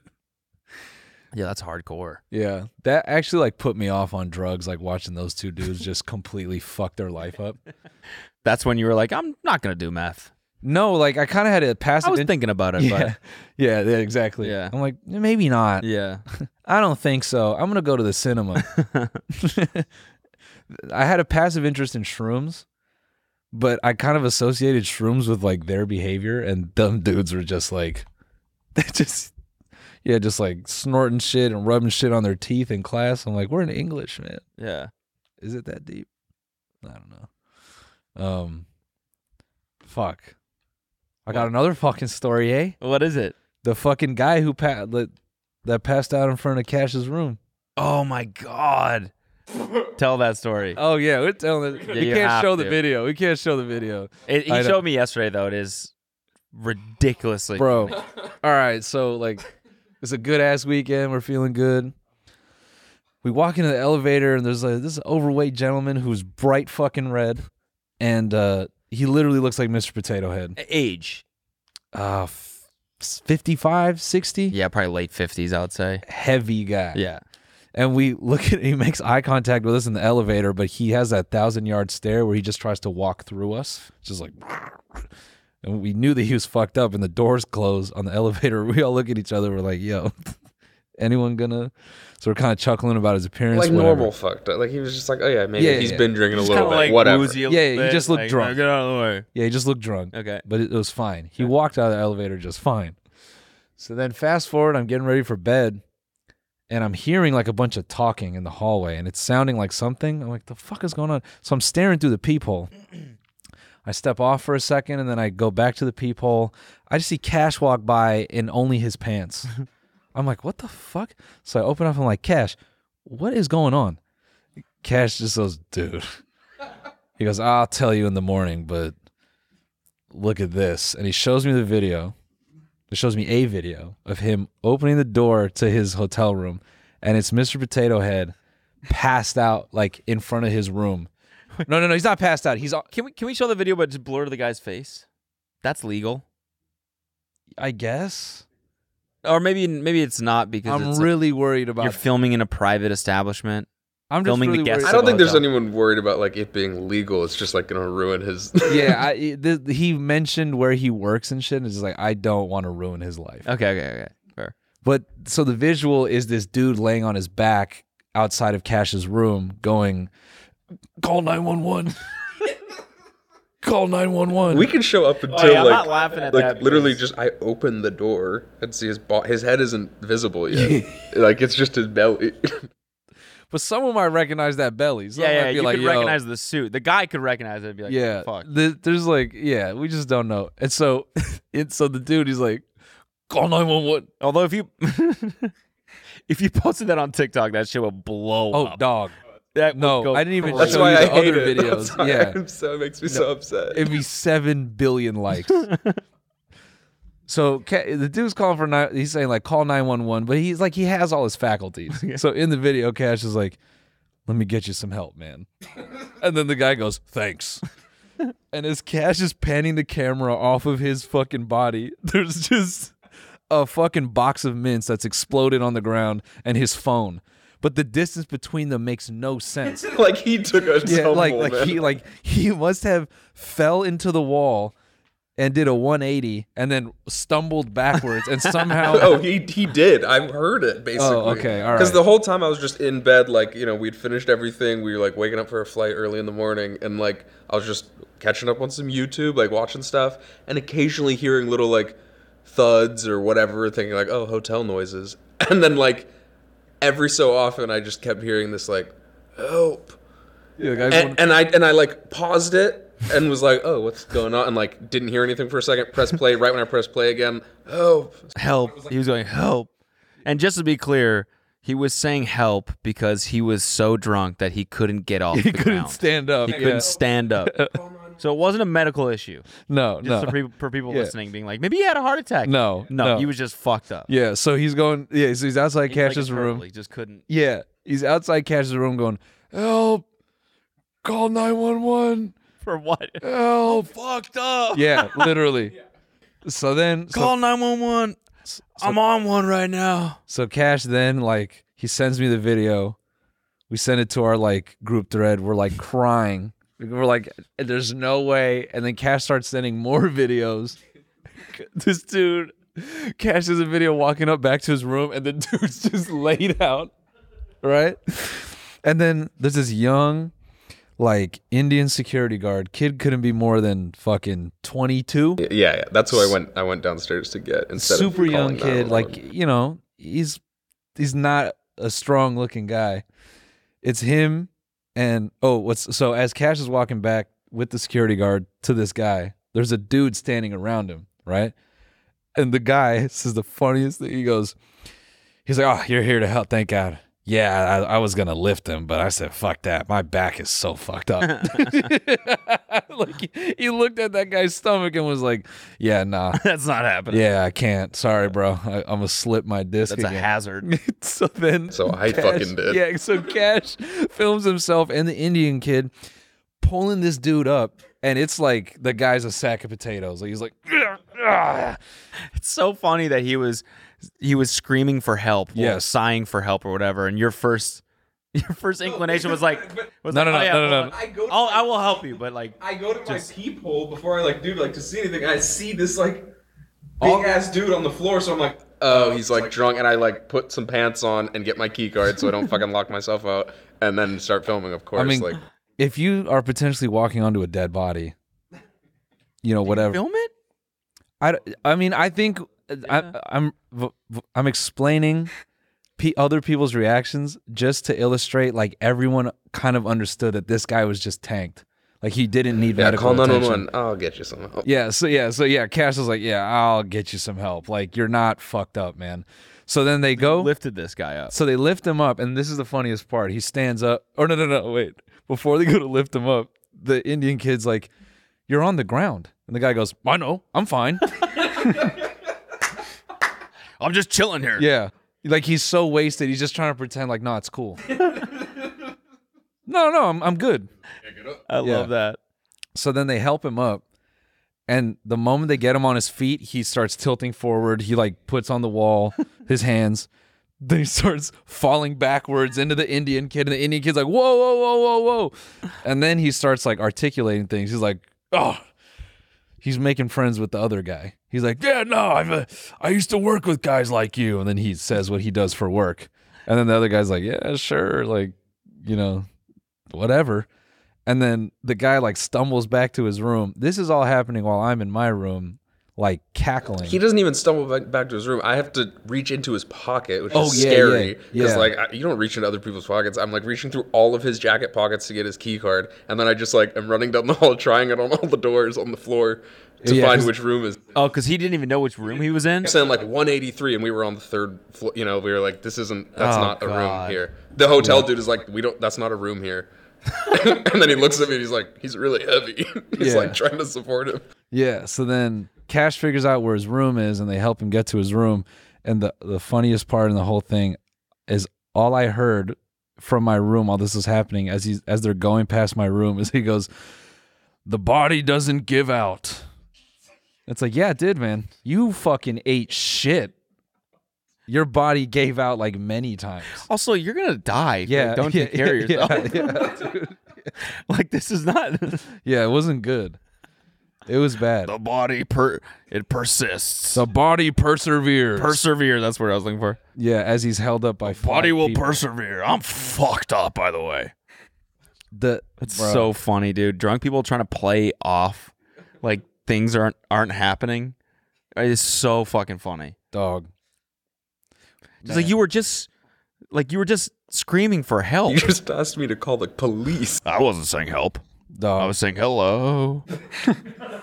Speaker 1: Yeah, that's hardcore.
Speaker 3: yeah. That actually like put me off on drugs, like watching those two dudes just completely fuck their life up.
Speaker 1: That's when you were like, I'm not gonna do meth.
Speaker 3: No, like I kinda had a passive
Speaker 1: I was
Speaker 3: in-
Speaker 1: thinking about it,
Speaker 3: yeah. yeah, yeah, exactly.
Speaker 1: Yeah.
Speaker 3: I'm like, maybe not.
Speaker 1: but yeah.
Speaker 3: I don't think so. I'm gonna go to the cinema. I had a passive interest in shrooms, but I kind of associated shrooms with like their behavior, and them dudes were just like, they just, yeah, just like snorting shit and rubbing shit on their teeth in class. I'm like, we're in English, man.
Speaker 1: Yeah.
Speaker 3: Is it that deep? I don't know. Um, fuck. I got another fucking story, eh?
Speaker 1: What is it?
Speaker 3: the fucking guy who pa- that, that passed out in front of Cash's room.
Speaker 1: Oh my god. Tell that story.
Speaker 3: Oh yeah, we're telling. It.
Speaker 1: Yeah,
Speaker 3: we
Speaker 1: you
Speaker 3: can't
Speaker 1: have
Speaker 3: show the
Speaker 1: to.
Speaker 3: video. We can't show the video,
Speaker 1: It,
Speaker 3: I
Speaker 1: he
Speaker 3: know.
Speaker 1: showed me yesterday though. It is ridiculously
Speaker 3: bro. All right, so like, it's a good ass weekend. We're feeling good. We walk into the elevator and there's like this overweight gentleman who's bright fucking red, and uh, he literally looks like Mr. Potato Head.
Speaker 1: age.
Speaker 3: Uh, f- 55, 60,
Speaker 1: Yeah, probably late fifties, I would say.
Speaker 3: heavy guy.
Speaker 1: Yeah.
Speaker 3: and we look at he makes eye contact with us in the elevator, but he has that thousand yard stare where he just tries to walk through us, just like. And we knew that he was fucked up, and the doors closed on the elevator. We all look at each other. We're like, "Yo, anyone gonna? So we're kind of chuckling about his appearance.
Speaker 1: like
Speaker 3: whatever.
Speaker 1: normal fucked up. Like he was just like, oh yeah, maybe
Speaker 3: Yeah,
Speaker 1: he's
Speaker 3: yeah, yeah.
Speaker 1: been drinking a
Speaker 4: Just
Speaker 1: little
Speaker 4: kinda,
Speaker 1: bit,
Speaker 4: like,
Speaker 1: whatever.
Speaker 4: woozy a
Speaker 3: Yeah,
Speaker 4: little
Speaker 3: he just looked
Speaker 4: like,
Speaker 3: drunk.
Speaker 4: "Now Get out of the way.
Speaker 3: Yeah, he just looked drunk.
Speaker 4: Okay.
Speaker 3: but it was fine. He walked out of the elevator just fine. So then fast forward, I'm getting ready for bed and I'm hearing like a bunch of talking in the hallway and it's sounding like something. I'm like, the fuck is going on? So I'm staring through the peephole. I step off for a second and then I go back to the peephole. I just see Cash walk by in only his pants. I'm like, what the fuck? So I open up, I'm like, Cash, what is going on? Cash just goes, dude. He goes, I'll tell you in the morning, but look at this. And he shows me the video. It shows me a video of him opening the door to his hotel room, and it's Mr. Potato Head passed out like in front of his room. No, no, no, he's not passed out. He's,
Speaker 4: Can we can we show the video but just blur the guy's face?
Speaker 1: That's legal,
Speaker 3: I guess.
Speaker 1: or maybe maybe it's not because
Speaker 3: I'm
Speaker 1: it's a-
Speaker 3: really worried
Speaker 1: you're
Speaker 3: about.
Speaker 1: filming in a private establishment.
Speaker 3: I'm
Speaker 1: filming the
Speaker 3: really
Speaker 1: guests at
Speaker 3: worried about
Speaker 1: I don't think
Speaker 3: that.
Speaker 5: anyone worried about like it being legal. It's just like gonna ruin his.
Speaker 3: yeah, I, it- th- he mentioned where he works and shit, and it's just like I don't want to ruin his life.
Speaker 1: Okay, okay, okay. Fair.
Speaker 3: But so the visual is this dude laying on his back outside of Cash's room going, call 911. call 911.
Speaker 5: we could show up until
Speaker 1: Oh, yeah, I'm
Speaker 5: like,
Speaker 1: not laughing at
Speaker 5: like
Speaker 1: that
Speaker 5: literally
Speaker 1: because-
Speaker 5: just I open the door and see his bo- his head isn't visible yet. like it's just his belly.
Speaker 3: but someone might recognize that belly. Someone
Speaker 1: Yeah, yeah.
Speaker 3: might be
Speaker 1: You
Speaker 3: like,
Speaker 1: could
Speaker 3: "Yo."
Speaker 1: recognize the suit. The guy could recognize it. and Be like,
Speaker 3: yeah,
Speaker 1: fuck.
Speaker 3: th- there's like, yeah, we just don't know. And so, it's so the dude, he's like, call 911.
Speaker 1: Although if you if you posted that on TikTok, that shit would blow
Speaker 3: Oh,
Speaker 1: up.
Speaker 3: dog.
Speaker 1: That would
Speaker 3: No,
Speaker 1: go
Speaker 3: I didn't even
Speaker 1: crazy.
Speaker 5: That's
Speaker 3: show
Speaker 5: why
Speaker 3: you
Speaker 5: I
Speaker 3: the
Speaker 5: hate
Speaker 3: other
Speaker 5: it.
Speaker 3: videos.
Speaker 5: That's why
Speaker 3: Yeah.
Speaker 5: I'm so it makes me so upset.
Speaker 3: It'd be seven billion likes. so ca- the dude's calling for nine. He's saying like call nine one one, but he's like he has all his faculties. So in the video, Cash is like, "Let me get you some help, man." and then the guy goes, "Thanks." and as Cash is panning the camera off of his fucking body, there's just a fucking box of mints that's exploded on the ground and his phone. But the distance between them makes no sense
Speaker 5: like he took a
Speaker 3: yeah,
Speaker 5: tumble,
Speaker 3: like like
Speaker 5: man.
Speaker 3: he like he must have fell into the wall and did a 180 and then stumbled backwards and somehow
Speaker 5: Oh, he he did. I heard it basically.
Speaker 3: Oh, okay, all
Speaker 5: Because
Speaker 3: right.
Speaker 5: the whole time I was just in bed, like you know, we'd finished everything. We were like waking up for a flight early in the morning, and like I was just catching up on some YouTube, like watching stuff, and occasionally hearing little like thuds or whatever, thinking like, oh, hotel noises, and then like every so often I just kept hearing this like, help,
Speaker 3: Yeah, guys,
Speaker 5: and, and I and I like paused it and was like, oh, what's going on? And like didn't hear anything for a second. Press play. Right when I press play again, help.
Speaker 1: help. He was going help. And just to be clear, he was saying help because he was so drunk that he couldn't get off.
Speaker 3: he
Speaker 1: the
Speaker 3: couldn't
Speaker 1: ground.
Speaker 3: stand up
Speaker 1: He
Speaker 3: yeah.
Speaker 1: couldn't stand up. So it wasn't a medical issue.
Speaker 3: no
Speaker 1: Just
Speaker 3: no
Speaker 1: for, people, for people
Speaker 3: Yeah.
Speaker 1: listening, being like, maybe he had a heart attack.
Speaker 3: No,
Speaker 1: no,
Speaker 3: no.
Speaker 1: he was just fucked up.
Speaker 3: yeah so he's going yeah so he's outside
Speaker 1: He's like
Speaker 3: cash's
Speaker 1: a turtle.
Speaker 3: room
Speaker 1: He just couldn't.
Speaker 3: yeah he's outside cash's room going help call 911
Speaker 1: For what?
Speaker 3: help
Speaker 1: fucked up.
Speaker 3: yeah literally so then so-
Speaker 1: Call nine one one. I'm on one right now.
Speaker 3: So Cash then like he sends me the video. We send it to our like group thread. We're like crying. We're like, there's no way. And then Cash starts sending more videos. this dude, Cash does a video walking up back to his room, and the dude's just laid out. Right? And then there's this young, like Indian security guard. Kid couldn't be more than fucking 22.
Speaker 5: Yeah, yeah, that's who I went. I went downstairs to get instead
Speaker 3: super
Speaker 5: of
Speaker 3: young
Speaker 5: calling
Speaker 3: kid
Speaker 5: 911.
Speaker 3: like you know he's he's not a strong looking guy it's him and oh what's so as cash is walking back with the security guard to this guy there's a dude standing around him right and the guy this is the funniest thing he goes he's like oh you're here to help thank god yeah i, I was gonna lift him but i said fuck that my back is so fucked up like he- he looked at that guy's stomach and was like yeah nah
Speaker 1: That's not happening.
Speaker 3: yeah, I can't. Sorry, bro. I, I'm gonna slip my disc.
Speaker 1: That's a
Speaker 3: again.
Speaker 1: hazard.
Speaker 3: so then,
Speaker 5: So I fucking did.
Speaker 3: Yeah, so Cash films himself and the Indian kid pulling this dude up, and it's like the guy's a sack of potatoes. Like he's like, "Ugh."
Speaker 1: It's so funny that he was he was screaming for help, or
Speaker 3: Yes.
Speaker 1: sighing for help or whatever. And your first your first inclination was like, was
Speaker 3: No,
Speaker 1: like,
Speaker 3: no, no,
Speaker 1: oh, yeah,
Speaker 3: no, no,
Speaker 1: hold
Speaker 3: no.
Speaker 1: on.
Speaker 5: I go to
Speaker 1: I'll,
Speaker 5: my-
Speaker 1: I will help you, but like,
Speaker 5: I go to my peephole before I like dude like to see anything. I see this like big ass dude on the floor, so I'm like, oh, he's like drunk, and I like put some pants on and get my key card so I don't fucking lock myself out, and then start filming. Of course,
Speaker 3: mean,
Speaker 5: like
Speaker 3: If you are potentially walking onto a dead body, you know whatever.
Speaker 1: Film it?
Speaker 3: I, d- I mean, I think
Speaker 1: Yeah.
Speaker 3: I, I'm v- v- I'm explaining pe other people's reactions just to illustrate like everyone kind of understood that this guy was just tanked. Like he didn't need
Speaker 5: yeah,
Speaker 3: medical
Speaker 5: call nine one
Speaker 3: attention.
Speaker 5: one. I'll get you some help.
Speaker 3: Yeah, so yeah, so yeah, Cash was like, "Yeah, I'll get you some help. Like you're not fucked up, man." So then they go
Speaker 1: Lifted this guy up.
Speaker 3: so they lift him up, and this is the funniest part. He stands up. Or no, no, no, wait. Before they go to lift him up, the Indian kid's like, "You're on the ground," and the guy goes, "I know, I'm fine."
Speaker 1: I'm just chilling here.
Speaker 3: yeah, like he's so wasted. He's just trying to pretend like, "No, it's cool." no, no, I'm I'm good.
Speaker 1: I
Speaker 3: Yeah.
Speaker 1: love that.
Speaker 3: So then they help him up. And the moment they get him on his feet, he starts tilting forward. He like puts on the wall his hands. Then he starts falling backwards into the Indian kid. And the Indian kid's like, whoa, whoa, whoa, whoa, whoa. And then he starts like articulating things. He's like, oh, he's making friends with the other guy. He's like, yeah, no, I've, uh, I used to work with guys like you. And then he says what he does for work. And then the other guy's like, yeah, sure. Like, you know, whatever. And then the guy like stumbles back to his room. This is all happening while I'm in my room, like cackling.
Speaker 5: He doesn't even stumble back, back to his room. I have to reach into his pocket, which
Speaker 3: Oh,
Speaker 5: is
Speaker 3: yeah,
Speaker 5: scary.
Speaker 3: yeah,
Speaker 5: Because
Speaker 3: yeah.
Speaker 5: like I, you don't reach into other people's pockets. I'm like reaching through all of his jacket pockets to get his key card, and then I just like am running down the hall trying it on all the doors on the floor to
Speaker 3: Yeah,
Speaker 5: find
Speaker 3: 'cause-
Speaker 5: which room is.
Speaker 1: Oh, because he didn't even know which room he was in.
Speaker 5: I'm saying like 183, and we were on the third floor. You know, we were like, this isn't. That's
Speaker 1: Oh,
Speaker 5: not a room
Speaker 1: God.
Speaker 5: here. The hotel dude is like, we don't. That's not a room here. and then he looks at me. and He's like, he's really heavy. he's
Speaker 3: Yeah.
Speaker 5: like trying to support him.
Speaker 3: Yeah. So then Cash figures out where his room is and they help him get to his room. And the, the funniest part in the whole thing is all I heard from my room while this was happening as he's as they're going past my room is he goes, The body doesn't give out. It's like, yeah, it did, man. You fucking ate shit. Your body gave out like many times.
Speaker 1: Also, you're gonna die. if you
Speaker 3: Yeah.
Speaker 1: don't
Speaker 3: yeah,
Speaker 1: take care of
Speaker 3: yeah,
Speaker 1: yourself.
Speaker 3: Yeah, dude.
Speaker 1: like this is not the
Speaker 3: yeah, it wasn't good. It was bad.
Speaker 1: body. Per it persists.
Speaker 3: The body perseveres.
Speaker 1: persevere. That's what I was looking for.
Speaker 3: Yeah, as he's held up by five people.
Speaker 1: persevere. I'm fucked up, by the way.
Speaker 3: The
Speaker 1: That's so funny, dude. Drunk people trying to play off like things aren't aren't happening. It is so fucking funny.
Speaker 3: dog.
Speaker 1: It's like you were just like you were just screaming for help.
Speaker 5: You just asked me to call the police.
Speaker 1: I wasn't saying help.
Speaker 3: Dog.
Speaker 1: saying hello.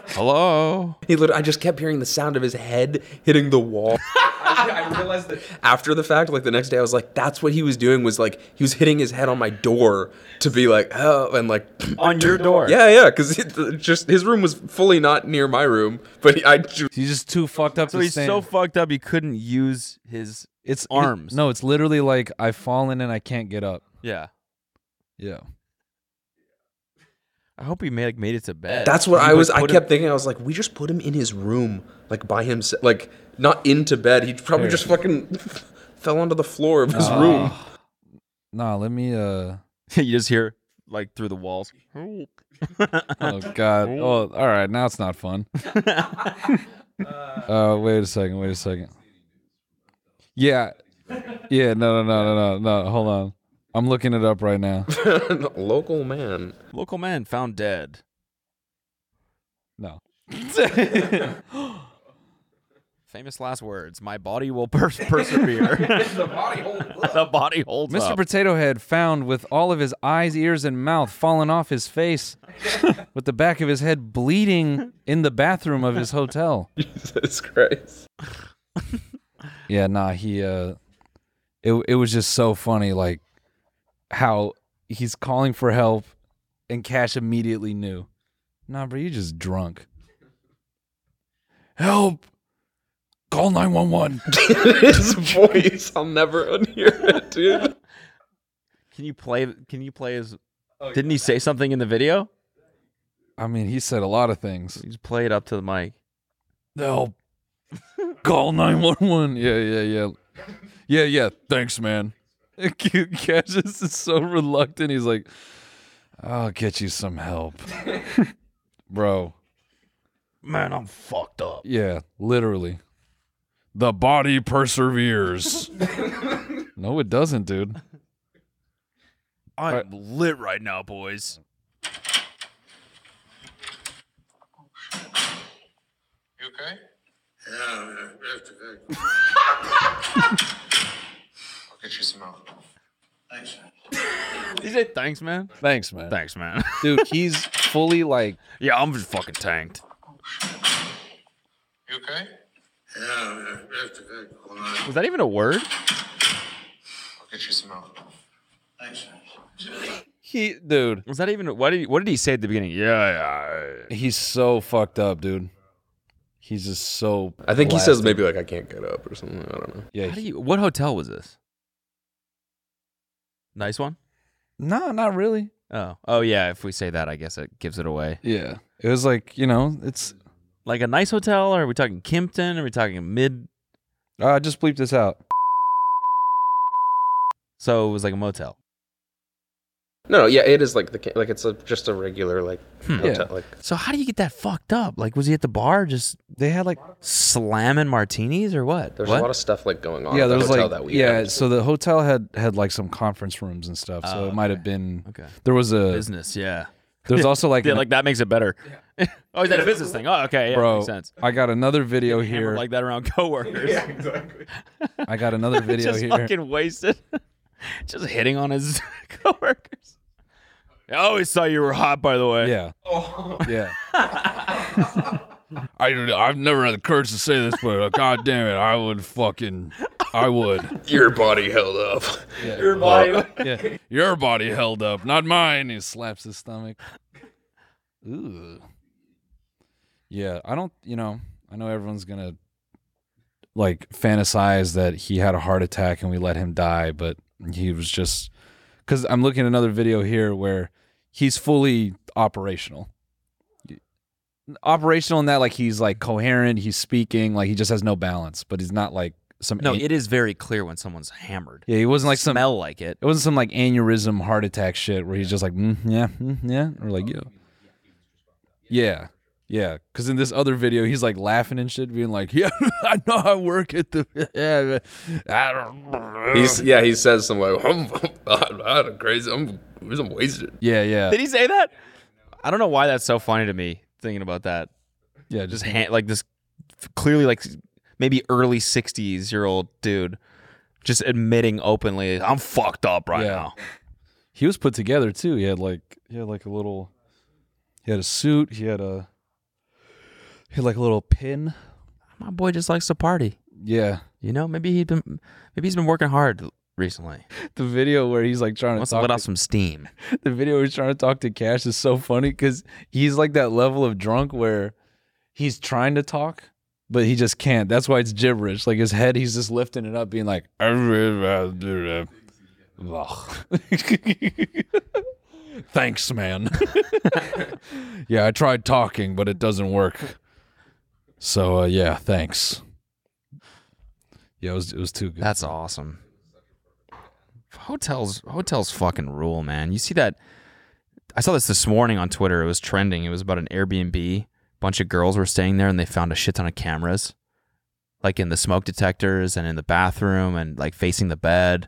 Speaker 1: hello.
Speaker 5: He lit- I just kept hearing the sound of his head hitting the wall. I, I realized that after the fact, like the next day, I was like, "That's what he was doing." Was like he was hitting his head on my door to be like, "Oh," and like,
Speaker 1: On your door.
Speaker 5: yeah, yeah, because just his room was fully not near my room, but he, I just
Speaker 3: he's just too fucked up
Speaker 1: So
Speaker 3: to
Speaker 1: he's
Speaker 3: stand.
Speaker 1: so fucked up he couldn't use his
Speaker 3: it's it-
Speaker 1: arms.
Speaker 3: no, it's literally like I've fallen and I can't get up.
Speaker 1: Yeah.
Speaker 3: Yeah.
Speaker 1: I hope he made like made it to bed.
Speaker 5: That's what I
Speaker 1: But
Speaker 5: was. I
Speaker 1: put him-
Speaker 5: kept thinking. I was like, we just put him in his room, like by himself, like not into bed. He probably just fucking fell onto the floor of his room.
Speaker 3: Nah, let me uh
Speaker 1: you just hear like through the walls.
Speaker 3: Oh god. Oh, all right, now it's not fun. uh wait a second, wait a second. Yeah. Yeah, no no no no no no. Hold on. I'm looking it up right now.
Speaker 5: Local man.
Speaker 1: Local man found dead.
Speaker 3: No.
Speaker 1: Famous last words. My body will per- persevere. the body holds up. the body holds
Speaker 3: Mr.
Speaker 1: up.
Speaker 3: Potato Head found with all of his eyes, ears, and mouth fallen off his face, with the back of his head bleeding in the bathroom of his hotel.
Speaker 5: Jesus Christ.
Speaker 3: Yeah, nah, he uh it it was just so funny like how he's calling for help and Cash immediately knew. Nah, bro, you just drunk. Help! Call 911.
Speaker 5: his voice. I'll never unhear it, dude.
Speaker 1: can you play? Can you play his? Didn't he say something in the video?
Speaker 3: I mean, he said a lot of things.
Speaker 1: Just play it up to the mic.
Speaker 3: Help. Call 911. Yeah, yeah, yeah. Yeah, yeah. Thanks, man. Cassius is so reluctant. He's like, I'll get you some help. Bro.
Speaker 1: Man, I'm fucked up.
Speaker 3: Yeah, literally. the body perseveres. no, it doesn't, dude.
Speaker 1: I'm
Speaker 3: Alright.
Speaker 1: lit right now, boys.
Speaker 6: You okay?
Speaker 7: Yeah, that's good.
Speaker 6: I'll get you some milk.
Speaker 7: Thanks.
Speaker 1: Did you say thanks, man?
Speaker 3: Thanks, man.
Speaker 1: Thanks, man.
Speaker 3: Dude, he's fully like
Speaker 1: yeah, I'm just fucking tanked.
Speaker 6: You okay?
Speaker 7: Yeah, that's good. Hold on.
Speaker 1: Was that even a word?
Speaker 6: I'll get you some milk.
Speaker 7: Thanks.
Speaker 3: he dude.
Speaker 1: Was that even what did he, what did he say at the beginning? Yeah, yeah. yeah.
Speaker 3: He's so fucked up, dude. He's just so
Speaker 5: I think he says
Speaker 3: blasted.
Speaker 5: maybe like I can't get up or something. I don't know.
Speaker 3: Yeah.
Speaker 1: How do
Speaker 3: he-
Speaker 1: you, what hotel was this? Nice one.
Speaker 3: no, not really.
Speaker 1: Oh, oh yeah. If we say that, I guess it gives it away.
Speaker 3: Yeah. It was like, you know, it's
Speaker 1: Like a nice hotel, or are we talking Kimpton? Are we talking mid?
Speaker 3: uh just bleep this out.
Speaker 1: So it was like a motel.
Speaker 5: No, yeah, it is like the ca- like it's a, just a regular like hotel. Like
Speaker 1: So how do you get that fucked up? Like, was he at the bar just
Speaker 3: They had like
Speaker 1: slamming martinis or what?
Speaker 5: there's
Speaker 1: what?
Speaker 5: a lot of stuff like going on.
Speaker 3: yeah,
Speaker 5: at
Speaker 3: there
Speaker 5: the
Speaker 3: was
Speaker 5: hotel
Speaker 3: like
Speaker 5: that
Speaker 3: yeah.
Speaker 5: weekend.
Speaker 3: So the hotel had had like some conference rooms and stuff. So
Speaker 1: Oh,
Speaker 3: it might
Speaker 1: okay.
Speaker 3: have been
Speaker 1: okay.
Speaker 3: there was a
Speaker 1: Business, yeah.
Speaker 3: there was also like
Speaker 1: Yeah,
Speaker 3: an-
Speaker 1: like that makes it better. oh, is that a business thing? Oh, okay, yeah,
Speaker 3: bro.
Speaker 1: makes sense.
Speaker 3: I got another video
Speaker 1: Hammer
Speaker 3: here.
Speaker 1: like that around coworkers.
Speaker 3: I got another video
Speaker 1: just
Speaker 3: here.
Speaker 1: fucking wasted. just hitting on his coworkers. I always thought you were hot, by the way.
Speaker 3: Yeah. Yeah. Oh. I, I've never had the courage to say this, but uh, god damn it, I would fucking, I would.
Speaker 5: your body held up.
Speaker 3: Yeah. Your body held up, not mine. He slaps his stomach. Ooh. Yeah, I don't. You know, I know everyone's gonna like fantasize that he had a heart attack and we let him die, but he was just because I'm looking at another video here where he's fully operational. Operational in that, like he's like coherent, he's speaking, like he just has no balance, but he's not like some.
Speaker 1: No,
Speaker 3: an-
Speaker 1: it is very clear when someone's hammered.
Speaker 3: yeah, he wasn't like some
Speaker 1: smell like it.
Speaker 3: it wasn't some like aneurysm heart attack shit where he's just like, mm, yeah, mm, yeah, or like, yeah, yeah, yeah. Because in this other video, he's like laughing and shit, being like, yeah, I know I work at the, yeah, I don't,
Speaker 5: He's yeah, he says something like I'm, I'm, I'm crazy. I'm I'm wasted.
Speaker 3: yeah, yeah,
Speaker 1: Did he say that? I don't know why that's so funny to me. Thinking about that,
Speaker 3: yeah,
Speaker 1: just
Speaker 3: just
Speaker 1: ha- like this, clearly like maybe early '60s year old dude, just admitting openly, "I'm fucked up right
Speaker 3: Yeah.
Speaker 1: now."
Speaker 3: he was put together too. He had like, he had like a little, he had a suit, he had a, he had like a little pin,
Speaker 1: My boy just likes to party.
Speaker 3: yeah.
Speaker 1: You know, maybe he's been maybe he's been working hard recently.
Speaker 3: The video where he's like trying to
Speaker 1: Wants to
Speaker 3: talk
Speaker 1: let
Speaker 3: to
Speaker 1: off some steam.
Speaker 3: the video where he's trying to talk to Cash is so funny because he's like that level of drunk where he's trying to talk, but he just can't. That's why it's gibberish. Like his head, he's just lifting it up, being like, Thanks, man. yeah, I tried talking, but it doesn't work. So uh, yeah, thanks. Yeah, it was it was too good.
Speaker 1: That's awesome. Hotels, hotels, fucking rule, man. You see that? I saw this this morning on Twitter. It was trending. It was about an Airbnb. Bunch of girls were staying there, and they found a shit ton of cameras, like in the smoke detectors and in the bathroom, and like facing the bed.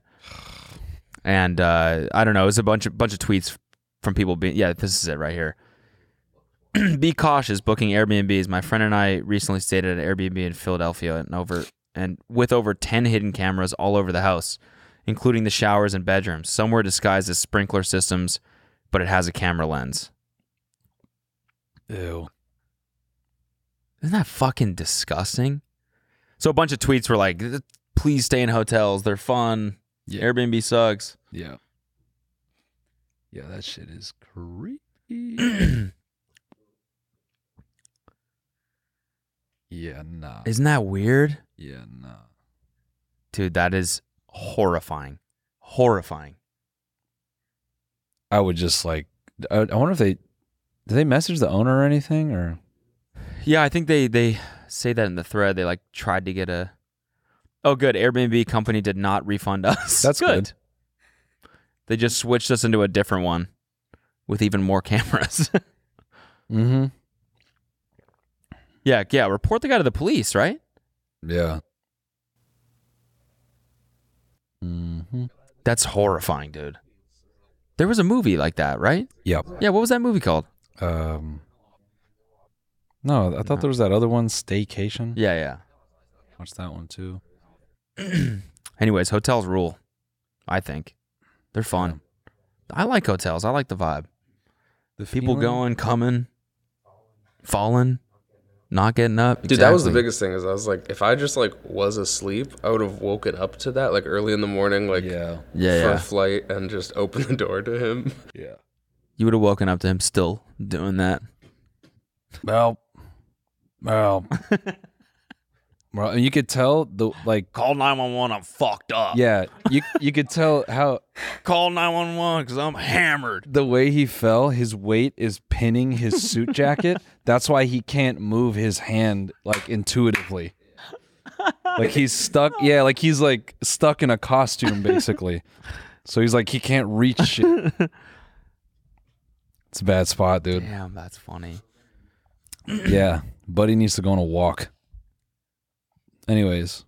Speaker 1: And uh, I don't know. It was a bunch of bunch of tweets from people being, yeah, this is it right here. Be cautious booking Airbnbs. My friend and I recently stayed at an Airbnb in Philadelphia, and over and with over 10 hidden cameras all over the house, including the showers and bedrooms. Some were disguised as sprinkler systems, but it has a camera lens.
Speaker 3: Ew.
Speaker 1: Isn't that fucking disgusting? So a bunch of tweets were like, please stay in hotels. They're fun.
Speaker 3: Yeah.
Speaker 1: Airbnb sucks.
Speaker 3: Yeah. Yeah, that shit is creepy. yeah, nah.
Speaker 1: Isn't that weird?
Speaker 3: yeah, nah.
Speaker 1: Dude, that is horrifying. Horrifying.
Speaker 3: I would just like. I, I wonder if they did they message the owner or anything or
Speaker 1: Yeah, I think they they say that in the thread. They like tried to get a Oh good, Airbnb company did not refund us.
Speaker 3: That's good.
Speaker 1: They just switched us into a different one with even more cameras.
Speaker 3: mm-hmm.
Speaker 1: yeah, yeah, report the guy to the police, right?
Speaker 3: Yeah. Mm-hmm.
Speaker 1: That's horrifying, dude. There was a movie like that, right?
Speaker 3: Yep.
Speaker 1: Yeah, what was that movie called?
Speaker 3: Um, no, I thought there was that other one, Staycation.
Speaker 1: Yeah, yeah.
Speaker 3: Watch that one too.
Speaker 1: Anyways, hotels rule. I think they're fun. I like hotels. I like the vibe.
Speaker 3: The
Speaker 1: People going, coming, falling, not getting up.
Speaker 5: Dude, that was the
Speaker 1: Exactly.
Speaker 5: biggest thing. Is I was like, if I just like was asleep, I would have woken up to that like early in the morning, like
Speaker 3: yeah.
Speaker 1: Yeah,
Speaker 5: for
Speaker 1: yeah.
Speaker 5: a flight, and just opened the door to him.
Speaker 3: Yeah.
Speaker 1: You would have woken up to him still doing that.
Speaker 3: Well, well, well. You could tell the like.
Speaker 1: Call 911. I'm fucked up.
Speaker 3: Yeah, you you could tell how
Speaker 1: Call 911 because I'm hammered.
Speaker 3: the way he fell, his weight is pinning his suit jacket. That's why he can't move his hand like intuitively. Like he's stuck. Yeah, like he's like stuck in a costume basically. So he's like he can't reach shit. It's a bad spot, dude.
Speaker 1: Damn, that's funny.
Speaker 3: Yeah, buddy needs to go on a walk. Anyways,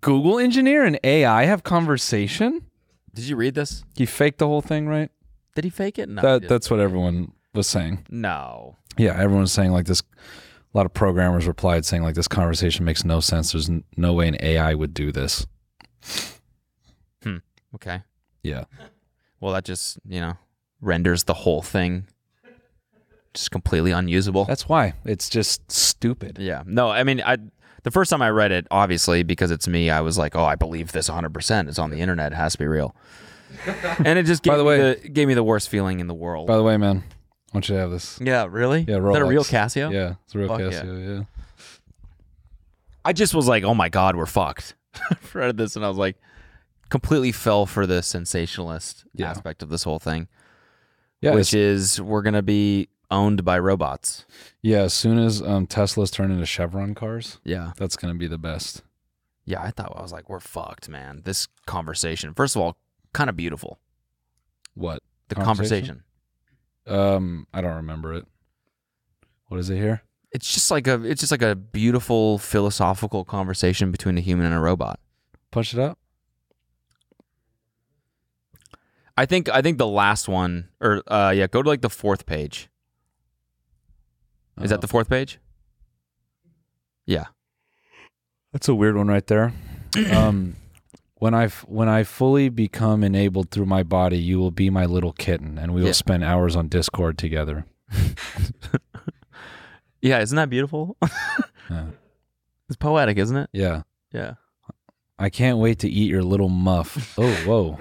Speaker 3: Google engineer and AI have conversation.
Speaker 1: Did you read this?
Speaker 3: He faked the whole thing, right?
Speaker 1: Did he fake it? No. he
Speaker 3: that
Speaker 1: didn't.
Speaker 3: that's what everyone was saying.
Speaker 1: no.
Speaker 3: Yeah, everyone was saying like this. A lot of programmers replied saying like this conversation makes no sense. There's n- no way an AI would do this.
Speaker 1: Okay.
Speaker 3: Yeah,
Speaker 1: Well, that just, you know, renders the whole thing just completely unusable.
Speaker 3: that's why it's just stupid.
Speaker 1: yeah. No, I mean, I the first time I read it, obviously, because it's me, I was like, "Oh, I believe this 100%. It's on the internet. It has to be real." and it just gave
Speaker 3: By the
Speaker 1: me
Speaker 3: way-
Speaker 1: the, gave me the worst feeling in the world.
Speaker 3: By the way, man, I want you to have this.
Speaker 1: yeah, really?
Speaker 3: Yeah,
Speaker 1: Is that a real
Speaker 3: Rolex.
Speaker 1: Casio?
Speaker 3: Yeah, it's a real
Speaker 1: Fuck yeah.
Speaker 3: Casio. Yeah.
Speaker 1: I just was like, "Oh my god, we're fucked." I read this and I was like completely fell for the sensationalist
Speaker 3: Yeah.
Speaker 1: aspect of this whole thing,
Speaker 3: Yeah,
Speaker 1: which
Speaker 3: it's-
Speaker 1: is we're going to be owned by robots.
Speaker 3: yeah. As soon as um, Teslas turn into Chevron cars,
Speaker 1: Yeah.
Speaker 3: that's gonna be the best.
Speaker 1: Yeah, I thought I was like, we're fucked, man. This conversation, first of all, kind of beautiful.
Speaker 3: What?
Speaker 1: The
Speaker 3: Conversation?
Speaker 1: conversation.
Speaker 3: Um, I don't remember it. What is it here?
Speaker 1: It's just like a, it's just like a beautiful philosophical conversation between a human and a robot.
Speaker 3: Punch it up.
Speaker 1: I think, I think the last one, or uh, yeah, go to like the fourth page. Is that
Speaker 3: Uh,
Speaker 1: the fourth page? Yeah.
Speaker 3: That's a weird one right there. um, when I f- when I fully become enabled through my body, you will be my little kitten, and we will
Speaker 1: Yeah.
Speaker 3: spend hours on Discord together.
Speaker 1: Yeah, isn't that beautiful?
Speaker 3: Yeah.
Speaker 1: It's poetic, isn't it?
Speaker 3: Yeah,
Speaker 1: Yeah.
Speaker 3: I can't wait to eat your little muff. Oh, whoa!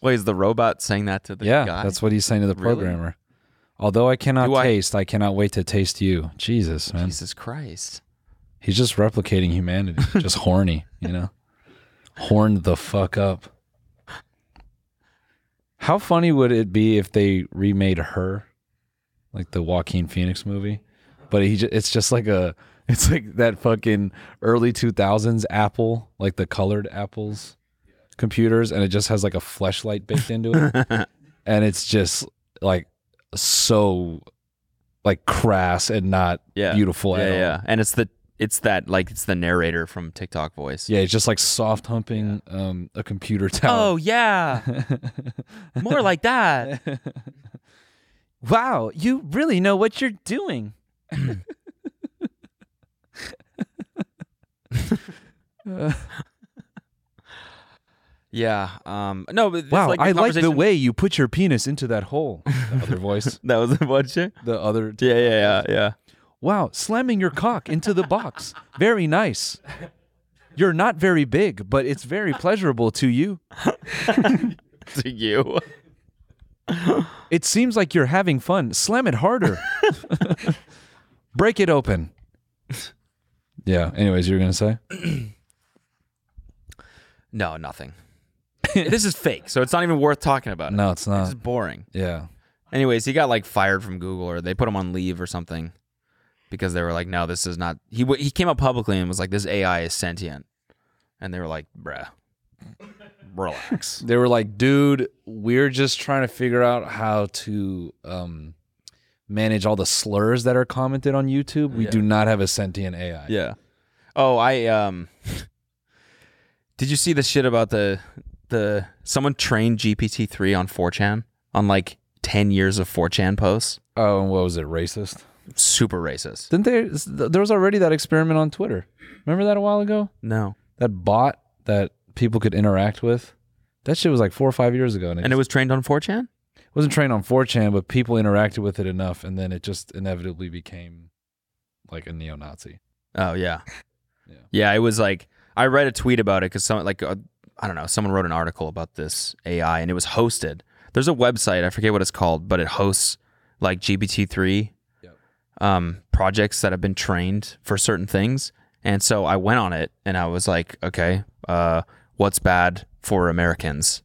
Speaker 1: Wait, is the robot saying that to the
Speaker 3: yeah,
Speaker 1: guy?
Speaker 3: that's what he's saying to the
Speaker 1: Really?
Speaker 3: programmer. Although I cannot
Speaker 1: Do I-
Speaker 3: taste, I cannot wait to taste you. Jesus, man,
Speaker 1: Jesus Christ.
Speaker 3: he's just replicating humanity. just horny, you know, horned the fuck up. How funny would it be if they remade her, like the Joaquin Phoenix movie, but he ju- it's just like a it's like that fucking early two thousands Apple, like the colored apples computers, and it just has like a fleshlight baked into it, and it's just like so like crass and not
Speaker 1: Yeah.
Speaker 3: beautiful
Speaker 1: yeah,
Speaker 3: at all.
Speaker 1: yeah. And it's the it's that like it's the narrator from TikTok voice.
Speaker 3: Yeah, it's just like soft humping um, a computer
Speaker 1: Oh
Speaker 3: tower.
Speaker 1: yeah. More like that.
Speaker 3: wow, you really know what you're doing.
Speaker 1: Yeah. Um no, but it's
Speaker 3: Wow,
Speaker 1: like
Speaker 3: I like the
Speaker 1: conversation-
Speaker 3: way you put your penis into that hole. The other voice,
Speaker 1: that was a bunch of
Speaker 3: the other.
Speaker 1: Yeah, yeah, yeah, yeah.
Speaker 3: Wow, slamming your cock into the box. Very nice. You're not very big, but it's very pleasurable to you.
Speaker 1: to you.
Speaker 3: It seems like you're having fun. Slam it harder. Break it open. Yeah. Anyways, you were gonna say?
Speaker 1: No, nothing. this is fake, so it's not even worth talking about. It.
Speaker 3: No, it's
Speaker 1: This
Speaker 3: not.
Speaker 1: is boring.
Speaker 3: Yeah.
Speaker 1: Anyways, he got like fired from Google or they put him on leave or something because they were like, no, this is not. He w- he came up publicly and was like, this AI is sentient, and they were like, bruh, relax.
Speaker 3: They were like, dude, we're just trying to figure out how to um, manage all the slurs that are commented on YouTube. We do not have a sentient AI.
Speaker 1: Yeah. Oh, I um Did you see the shit about the the someone trained GPT three on 4chan on like ten years of 4chan posts?
Speaker 3: Oh, and what was it? Racist?
Speaker 1: Super racist.
Speaker 3: Didn't they? There was already that experiment on Twitter. Remember that a while ago?
Speaker 1: No,
Speaker 3: That bot that people could interact with. That shit was like four or five years ago, and it,
Speaker 1: and it was trained on 4chan.
Speaker 3: wasn't trained on 4chan, but people interacted with it enough, and then it just inevitably became like a neo-Nazi.
Speaker 1: Oh yeah,
Speaker 3: Yeah.
Speaker 1: yeah. It was like I read a tweet about it because someone like uh, I don't know someone wrote an article about this AI and it was hosted. There's a website I forget what it's called, but it hosts like GPT three
Speaker 3: Yep.
Speaker 1: um, projects that have been trained for certain things. And so I went on it and I was like, okay, uh, what's bad for Americans?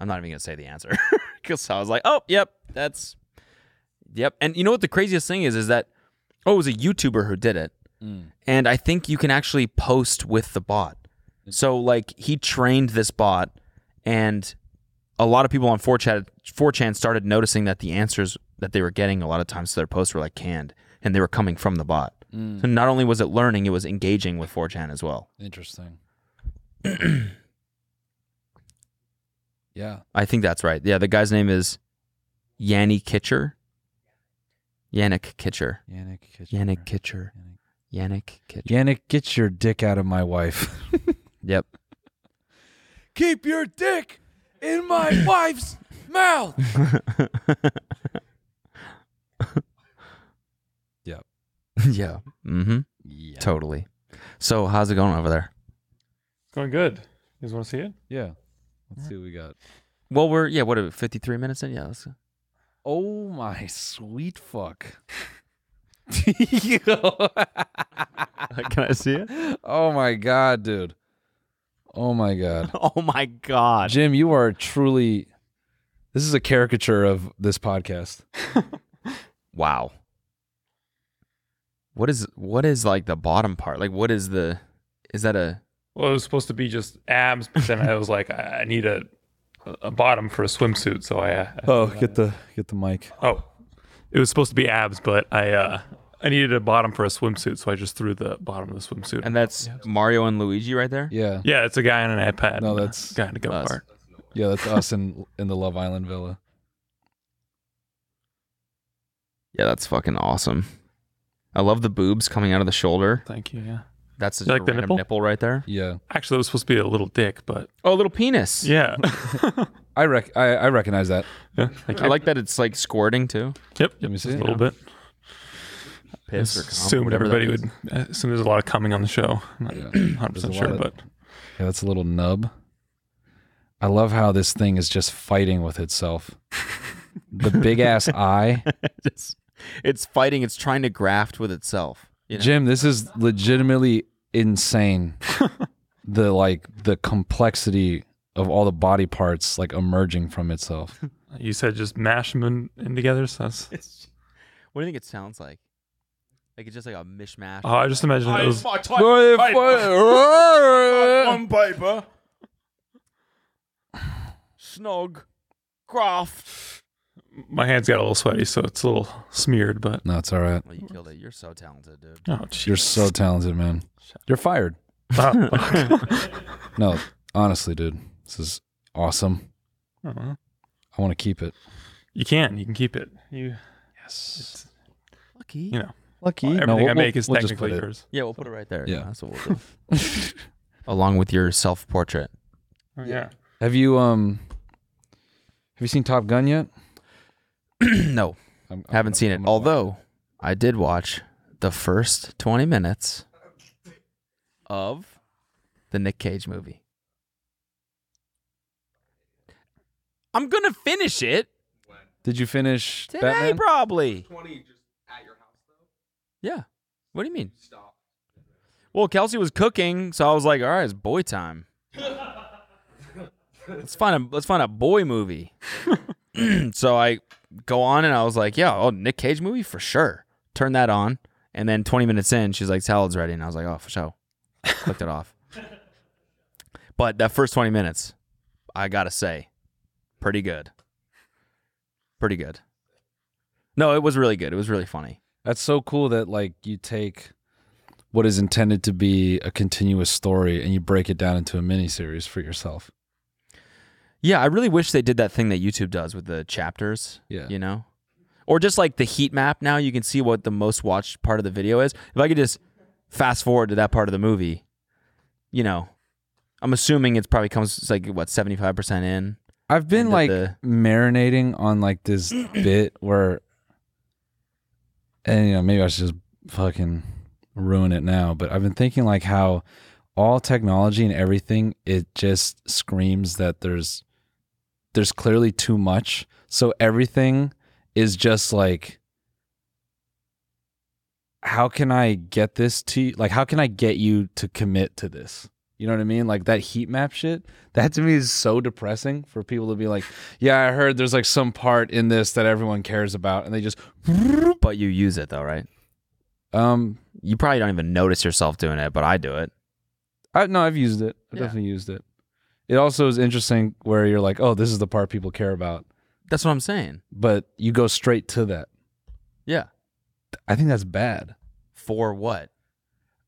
Speaker 1: I'm not even gonna say the answer because I was like, oh, yep, that's yep. And you know what the craziest thing is is that oh, it was a YouTuber who did it and I think you can actually post with the bot. So like he trained this bot, and a lot of people on 4chan 4chan started noticing that the answers that they were getting a lot of times to their posts were like canned, and they were coming from the bot. So not only was it learning, it was engaging with 4chan as well.
Speaker 3: Interesting. yeah.
Speaker 1: I think that's right. Yeah, the guy's name is Yanni Kitcher. Yannick Kitcher.
Speaker 3: Yannick, get your-
Speaker 1: Yannick Kitcher. Yannick Kitcher.
Speaker 3: Yannick, get your dick out of my wife.
Speaker 1: Yep.
Speaker 4: Keep your dick in my wife's mouth.
Speaker 1: yeah. Mm-hmm.
Speaker 3: yeah.
Speaker 1: Totally. So how's it going over there?
Speaker 2: Going good. You guys want to see it?
Speaker 3: Yeah. Let's see what we got.
Speaker 1: Well, we're yeah. What are we, fifty-three minutes in? Yeah. Let's,
Speaker 3: Oh my sweet fuck.
Speaker 1: can I see it?
Speaker 3: oh my god, dude. Oh my god.
Speaker 1: Oh my god!
Speaker 3: Jim, you are truly this is a caricature of this podcast.
Speaker 1: Wow. What is what is like the bottom part? Like what is the is that a
Speaker 2: Well, it was supposed to be just abs, but then I was like, I I need a a bottom for a swimsuit, so I. Uh,
Speaker 3: Oh, get the get the mic.
Speaker 2: oh, it was supposed to be abs, but I uh, I needed a bottom for a swimsuit, so I just threw the bottom of the swimsuit.
Speaker 1: and that's Mario and Luigi right there?
Speaker 3: Yeah.
Speaker 2: yeah, it's a guy on an iPad.
Speaker 3: No,
Speaker 2: and a
Speaker 3: that's
Speaker 2: guy in a gun
Speaker 1: us.
Speaker 2: part.
Speaker 3: Yeah, that's us in in the Love Island villa.
Speaker 1: Yeah, that's fucking awesome. I love the boobs coming out of the shoulder.
Speaker 2: Thank you. Yeah.
Speaker 1: That's just
Speaker 2: You like
Speaker 1: a
Speaker 2: the
Speaker 1: random nipple?
Speaker 2: nipple?
Speaker 1: right there.
Speaker 3: Yeah.
Speaker 2: Actually, it was supposed to be a little dick, but
Speaker 1: Oh, a little penis.
Speaker 2: yeah.
Speaker 3: I rec I, I recognize that.
Speaker 2: yeah thank you.
Speaker 1: I like that it's like squirting too.
Speaker 2: Yep.
Speaker 3: Let me
Speaker 2: yep,
Speaker 3: see.
Speaker 2: just a little bit.
Speaker 1: Piss or cum,
Speaker 2: assumed
Speaker 1: whatever
Speaker 2: everybody
Speaker 1: that is.
Speaker 2: would. I assume there's a lot of coming on the show. I'm not 100 percent
Speaker 3: There's a
Speaker 2: sure,
Speaker 3: lot
Speaker 2: but
Speaker 3: of- Yeah, that's a little nub. I love how this thing is just fighting with itself. the big ass eye.
Speaker 1: It's- it's fighting. It's trying to graft with itself. You know?
Speaker 3: Jim, this is legitimately insane. the like the complexity of all the body parts like emerging from itself.
Speaker 2: you said just mash them in, in together. So that's.
Speaker 1: What do you think it sounds like? Like it's just like a mishmash.
Speaker 2: Oh, I just imagine it was.
Speaker 1: on paper. Snog. Graft.
Speaker 2: My hands got a little sweaty, so it's a little smeared. But
Speaker 3: no, it's all right.
Speaker 1: Well, you killed it. You're so talented, dude.
Speaker 2: oh, jeez.
Speaker 3: You're so talented, man. You're fired.
Speaker 2: Oh, fuck.
Speaker 3: No, honestly, dude. This is awesome.
Speaker 2: Uh-huh.
Speaker 3: I want to keep it.
Speaker 2: you can. You can keep it. You.
Speaker 3: Yes.
Speaker 1: Lucky.
Speaker 2: You know.
Speaker 3: Lucky.
Speaker 2: Everything
Speaker 3: no, we'll-
Speaker 2: I
Speaker 3: we'll-
Speaker 2: make is
Speaker 3: we'll just
Speaker 2: technically
Speaker 3: put it-
Speaker 2: yours.
Speaker 1: Yeah, we'll put it right there.
Speaker 3: Yeah.
Speaker 1: That's what we'll do. Along with your self portrait.
Speaker 2: Oh, yeah.
Speaker 3: Have you um have you seen Top Gun yet?
Speaker 1: no,
Speaker 3: I'm, I'm-
Speaker 1: haven't seen it.
Speaker 3: I'm gonna watch
Speaker 1: Although I did watch the first 20 minutes of the Nick Cage movie. I'm going to finish it.
Speaker 3: Did you finish
Speaker 1: Today,
Speaker 3: Batman?
Speaker 1: probably. 20 just at your house, though? Yeah. What do you mean? Stop. Well, Kelsey was cooking, so I was like, all right, it's boy time. let's find a let's find a boy movie. so I go on and I was like, yeah, oh, Nick Cage movie for sure. Turn that on. And then 20 minutes in, she's like, salad's ready. And I was like, oh, for sure. Clicked it off. But that first 20 minutes, I got to say, pretty good. Pretty good. No, it was really good. It was really funny.
Speaker 3: That's so cool that like you take what is intended to be a continuous story and you break it down into a mini series for yourself.
Speaker 1: Yeah, I really wish they did that thing that YouTube does with the chapters.
Speaker 3: Yeah.
Speaker 1: You know? Or just like the heat map now, you can see what the most watched part of the video is. If I could just fast forward to that part of the movie, you know, I'm assuming it's probably comes it's like what, 75% in?
Speaker 3: I've been
Speaker 1: And that
Speaker 3: like
Speaker 1: the-
Speaker 3: marinating on like this bit where, and you know, maybe I should just fucking ruin it now, but I've been thinking like how all technology and everything, it just screams that there's, there's clearly too much. So everything is just like, how can I get this to you? Like, how can I get you to commit to this? You know what I mean? Like that heat map shit. That to me is so depressing for people to be like, yeah, I heard there's like some part in this that everyone cares about, and they just,
Speaker 1: But you use it though, right?
Speaker 3: um,
Speaker 1: You probably don't even notice yourself doing it, but I do it.
Speaker 3: I, no, I've used it. I've
Speaker 1: Yeah.
Speaker 3: definitely used it. It also is interesting where you're like, oh, this is the part people care about,
Speaker 1: That's what I'm saying.
Speaker 3: but you go straight to that.
Speaker 1: Yeah.
Speaker 3: I think that's bad.
Speaker 1: For what?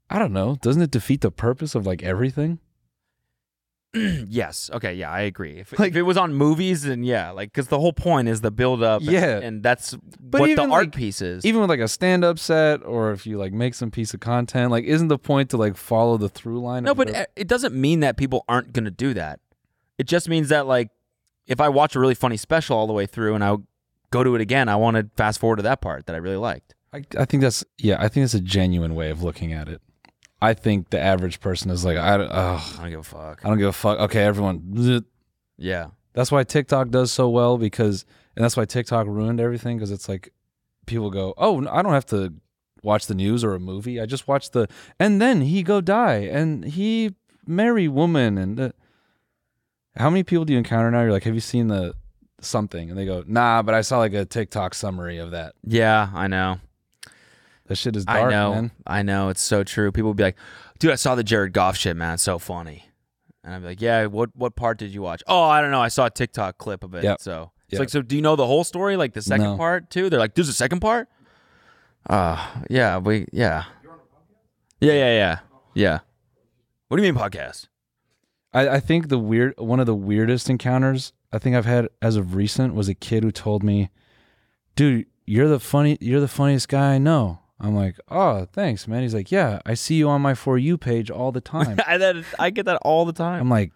Speaker 3: I don't know. Doesn't it defeat the purpose of like everything?
Speaker 1: yes. Okay. Yeah, I agree. If,
Speaker 3: Like-
Speaker 1: if it was on movies, then yeah, like because the whole point is the build up.
Speaker 3: Yeah.
Speaker 1: and, and that's
Speaker 3: But
Speaker 1: what the
Speaker 3: even,
Speaker 1: art
Speaker 3: like,
Speaker 1: piece is.
Speaker 3: Even with like a stand-up set, or if you like make some piece of content, like isn't the point to like follow the through line?
Speaker 1: No,
Speaker 3: of
Speaker 1: but e,
Speaker 3: the-
Speaker 1: it- it doesn't mean that people aren't going to do that. It just means that like if I watch a really funny special all the way through and I go to it again, I want to fast forward to that part that I really liked.
Speaker 3: I, I think that's yeah. I think that's a genuine way of looking at it. I think the average person is like, I don't,
Speaker 1: I
Speaker 3: ugh,
Speaker 1: don't give a fuck.
Speaker 3: I don't give a fuck. Okay, everyone. bleh.
Speaker 1: Yeah.
Speaker 3: That's why TikTok does so well because, and that's why TikTok ruined everything because it's like people go, oh, no, I don't have to watch the news or a movie. I just watch the, and then he go die and he marry woman and. uh, how many people do you encounter now? You're like, have you seen the something? And they go, nah, but I saw like a TikTok summary of that.
Speaker 1: Yeah, I know.
Speaker 3: That shit is dark,
Speaker 1: I know.
Speaker 3: man.
Speaker 1: I know. It's so true. People would be like, dude, I saw the Jared Goff shit, man. It's so funny. And I'd be like, yeah, what what part did you watch? Oh, I don't know. I saw a TikTok clip of it.
Speaker 3: Yep.
Speaker 1: So it's
Speaker 3: Yep.
Speaker 1: like, so do you know the whole story? Like the second
Speaker 3: No.
Speaker 1: part too? They're like, there's a second part? Uh yeah, we yeah. Yeah, yeah, yeah. Yeah. What do you mean podcast?
Speaker 3: I, I think the weird one of the weirdest encounters I think I've had as of recent was a kid who told me, "Dude, you're the funny you're the funniest guy I know." I'm like, "Oh, thanks, man." He's like, "Yeah, I see you on my for you page all the time."
Speaker 1: I that I get that all the time.
Speaker 3: I'm like,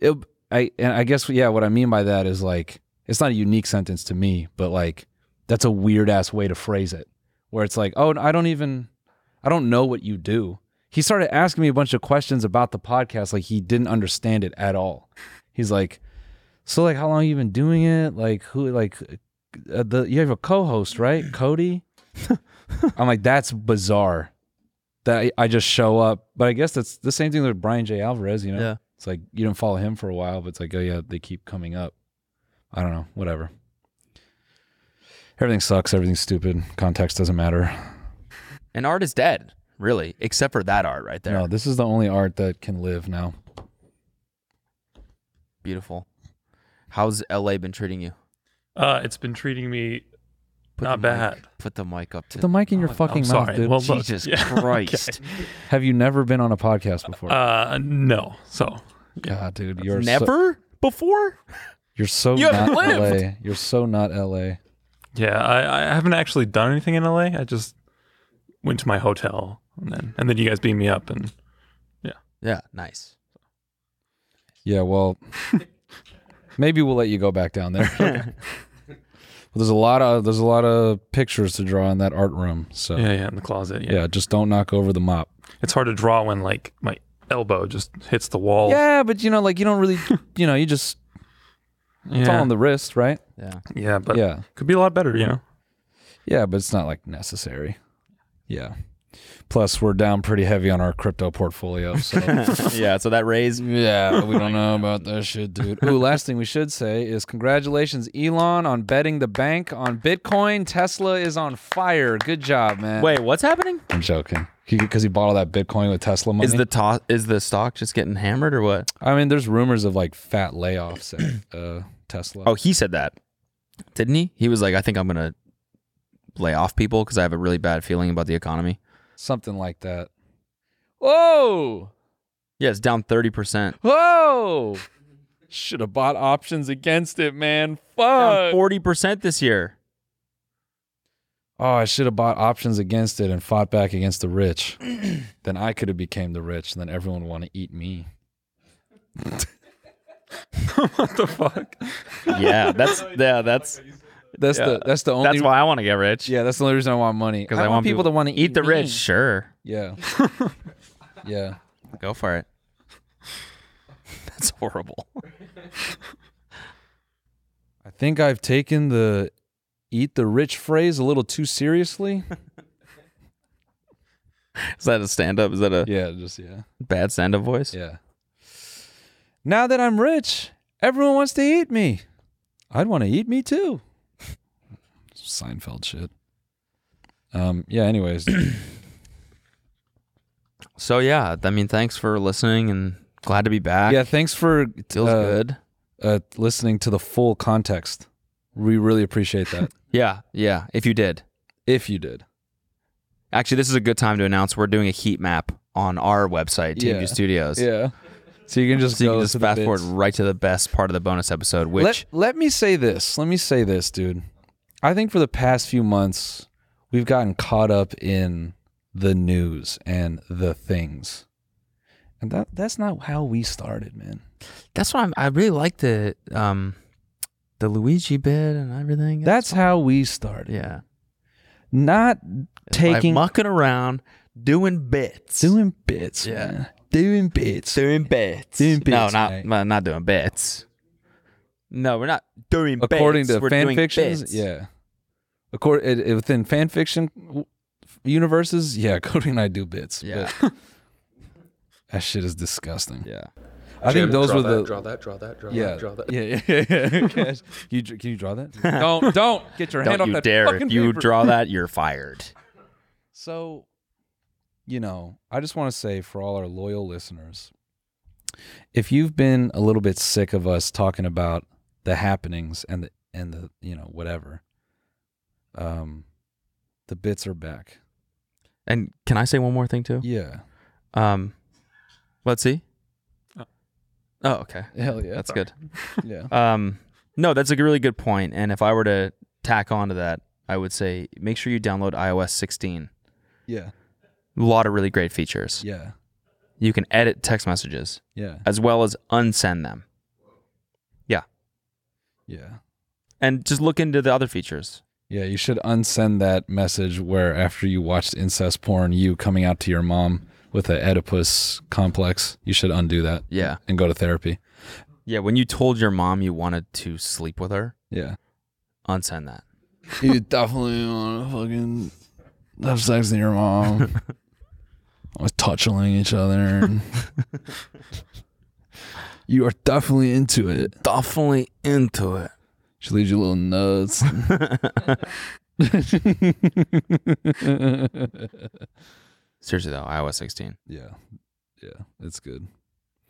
Speaker 3: it, I and I guess yeah, what I mean by that is like it's not a unique sentence to me, but like that's a weird ass way to phrase it, where it's like, oh, I don't even, I don't know what you do. He started asking me a bunch of questions about the podcast, like he didn't understand it at all. He's like, so like how long you been doing it? Like who? Like uh, the you have a co-host, right, Cody? I'm like, that's bizarre that I, I just show up. But I guess that's the same thing with Brian J. Alvarez, you know?
Speaker 1: Yeah.
Speaker 3: It's like you don't follow him for a while, but it's like, oh yeah, they keep coming up. I don't know, whatever. Everything sucks, everything's stupid, context doesn't matter.
Speaker 1: And art is dead, really, except for that art right there.
Speaker 3: No, this is the only art that can live now.
Speaker 1: Beautiful. How's LA been treating you?
Speaker 2: Uh, it's been treating me not
Speaker 1: the mic-
Speaker 2: bad.
Speaker 1: put the mic up to
Speaker 3: Put the mic in your fucking
Speaker 2: I'm
Speaker 3: mouth,
Speaker 2: sorry.
Speaker 3: dude.
Speaker 2: Well, look,
Speaker 1: Jesus
Speaker 2: yeah, okay.
Speaker 1: Christ.
Speaker 3: Have you never been on a podcast before?
Speaker 2: Uh, no. So
Speaker 3: God, dude, you're So,
Speaker 1: Never before?
Speaker 3: you're so
Speaker 1: You
Speaker 3: not
Speaker 1: haven't lived.
Speaker 3: LA. You're so not LA.
Speaker 2: yeah, I, I haven't actually done anything in LA. I just went to my hotel and then and then you guys beat me up and
Speaker 1: Yeah, nice.
Speaker 3: Yeah, well, maybe we'll let you go back down there. Well, there's a lot of there's a lot of pictures to draw in that art room. So
Speaker 2: yeah, yeah, in the closet. Yeah.
Speaker 3: yeah, just don't knock over the mop.
Speaker 2: it's hard to draw when like my elbow just hits the wall.
Speaker 3: Yeah, but you know, like you don't really, you know, you just it's all
Speaker 2: Yeah.
Speaker 3: on the wrist, right?
Speaker 1: Yeah.
Speaker 2: yeah, but
Speaker 3: yeah,
Speaker 2: could be a lot better. You know.
Speaker 3: yeah, but it's not like necessary. Yeah. Plus, we're down pretty heavy on our crypto portfolio, so
Speaker 1: yeah, so that raise
Speaker 3: yeah, we don't know about that shit, dude. Ooh, last thing we should say is congratulations, Elon, on betting the bank on Bitcoin. Tesla is on fire. Good job, man.
Speaker 1: Wait, what's happening?
Speaker 3: I'm joking because he bought all that Bitcoin with Tesla money.
Speaker 1: Is the to- is the stock just getting hammered or what?
Speaker 3: I mean, there's rumors of like fat layoffs at uh, Tesla.
Speaker 1: Oh, he said that. Didn't he? He was like, I think I'm going to lay off people because I have a really bad feeling about the economy.
Speaker 3: something like that. Oh.
Speaker 4: Whoa.
Speaker 1: Yeah, it's down 30%.
Speaker 4: Whoa. Should have bought options against it, man.
Speaker 1: Down
Speaker 4: Fuck.
Speaker 1: 40% this year.
Speaker 3: Oh, I should have bought options against it and fought back against the rich. then I could have became the rich, and then everyone would want to eat me.
Speaker 2: what the fuck?
Speaker 1: Yeah, that's yeah, that's
Speaker 3: That's the that's the only
Speaker 1: that's why I want to get rich.
Speaker 3: Yeah, that's the only reason I want money
Speaker 1: Because I, want
Speaker 3: people to want to
Speaker 1: eat the
Speaker 3: me.
Speaker 1: rich. Sure,
Speaker 3: Yeah, yeah.
Speaker 1: go for it. That's horrible.
Speaker 3: I think I've taken the "eat the rich" phrase a little too seriously.
Speaker 1: Is that a stand-up? Is that a
Speaker 3: yeah, just yeah,
Speaker 1: bad stand-up voice?
Speaker 3: yeah. Now that I'm rich, everyone wants to eat me. I'd want to eat me too. Seinfeld shit. Um. Yeah. Anyways,
Speaker 1: So yeah, I mean, thanks for listening and glad to be back.
Speaker 3: yeah. Thanks for
Speaker 1: feels
Speaker 3: uh,
Speaker 1: good.
Speaker 3: uh, listening to the full context. We really appreciate that.
Speaker 1: Yeah, yeah. If you did,
Speaker 3: if you did,
Speaker 1: actually, this is a good time to announce we're doing a heat map on our website, TMG
Speaker 3: Yeah.
Speaker 1: Studios.
Speaker 3: yeah. So you can just
Speaker 1: So you
Speaker 3: go
Speaker 1: can just
Speaker 3: to the
Speaker 1: fast forward
Speaker 3: bits.
Speaker 1: right to the best part of the bonus episode, which
Speaker 3: let, let me say this. Let me say this, dude. I think for the past few months, we've gotten caught up in the news and the things. And that that's not how we started, man.
Speaker 1: that's why I'm, I really like the um the Luigi bit and everything.
Speaker 3: That's how we started.
Speaker 1: yeah,
Speaker 3: Not taking
Speaker 1: like mucking around, doing bits,
Speaker 3: doing bits,
Speaker 1: Yeah.
Speaker 3: man. Doing bits.
Speaker 1: doing bits,
Speaker 3: Doing bits,
Speaker 1: No, not
Speaker 3: right.
Speaker 1: well, not doing bits. No, we're not doing bits.
Speaker 3: According to
Speaker 1: We're
Speaker 3: fan
Speaker 1: doing
Speaker 3: fictions,
Speaker 1: bits.
Speaker 3: yeah. According it, it- within fan fiction w- universes, yeah, Cody and I do bits.
Speaker 1: yeah,
Speaker 3: but that shit is disgusting.
Speaker 1: yeah.
Speaker 3: I think
Speaker 5: Jim,
Speaker 3: those
Speaker 5: draw
Speaker 3: were
Speaker 5: that,
Speaker 3: the
Speaker 5: draw that, draw that, draw
Speaker 3: yeah,
Speaker 5: that, draw that.
Speaker 3: yeah, yeah, yeah, yeah. Can you dr- can you draw that?
Speaker 4: don't don't
Speaker 3: Get your hand
Speaker 1: Don't
Speaker 3: off
Speaker 1: you
Speaker 3: that
Speaker 1: dare!
Speaker 3: fucking
Speaker 1: If you
Speaker 3: paper.
Speaker 1: draw that, you're fired.
Speaker 3: So, you know, I just want to say for all our loyal listeners, if you've been a little bit sick of us talking about the happenings and the and the you know whatever, um, the bits are back.
Speaker 1: And can I say one more thing too?
Speaker 3: Yeah,
Speaker 1: Um, let's see. Oh, okay,
Speaker 3: Uh. hell yeah,
Speaker 1: that's good.
Speaker 3: yeah.
Speaker 1: Um, no, that's a really good point. And if I were to tack on to that, I would say make sure you download iOS 16.
Speaker 3: Yeah,
Speaker 1: A lot of really great features.
Speaker 3: yeah,
Speaker 1: You can edit text messages
Speaker 3: yeah,
Speaker 1: as well as unsend them.
Speaker 3: yeah,
Speaker 1: And just look into the other features.
Speaker 3: yeah. You should unsend that message where after you watched incest porn, you coming out to your mom with an Oedipus complex. You should undo that
Speaker 1: Yeah.
Speaker 3: and go to therapy.
Speaker 1: Yeah. When you told your mom you wanted to sleep with her,
Speaker 3: Yeah.
Speaker 1: unsend that.
Speaker 3: You definitely want to fucking have sex with your mom. Always touching each other. you are definitely into it.
Speaker 1: Definitely into it.
Speaker 3: She leaves you little notes.
Speaker 1: Seriously, though, iOS 16.
Speaker 3: yeah. Yeah. It's good.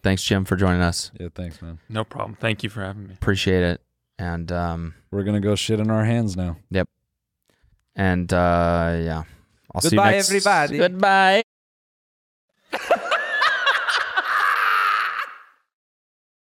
Speaker 1: Thanks, Jim, for joining us.
Speaker 3: Yeah. Thanks, man.
Speaker 2: No problem. Thank you for having me.
Speaker 1: Appreciate it. And, um,
Speaker 3: We're going to go shit in our hands now.
Speaker 1: and, uh, yeah. I'll see you
Speaker 4: Goodbye,
Speaker 1: next.
Speaker 4: everybody.
Speaker 1: Goodbye.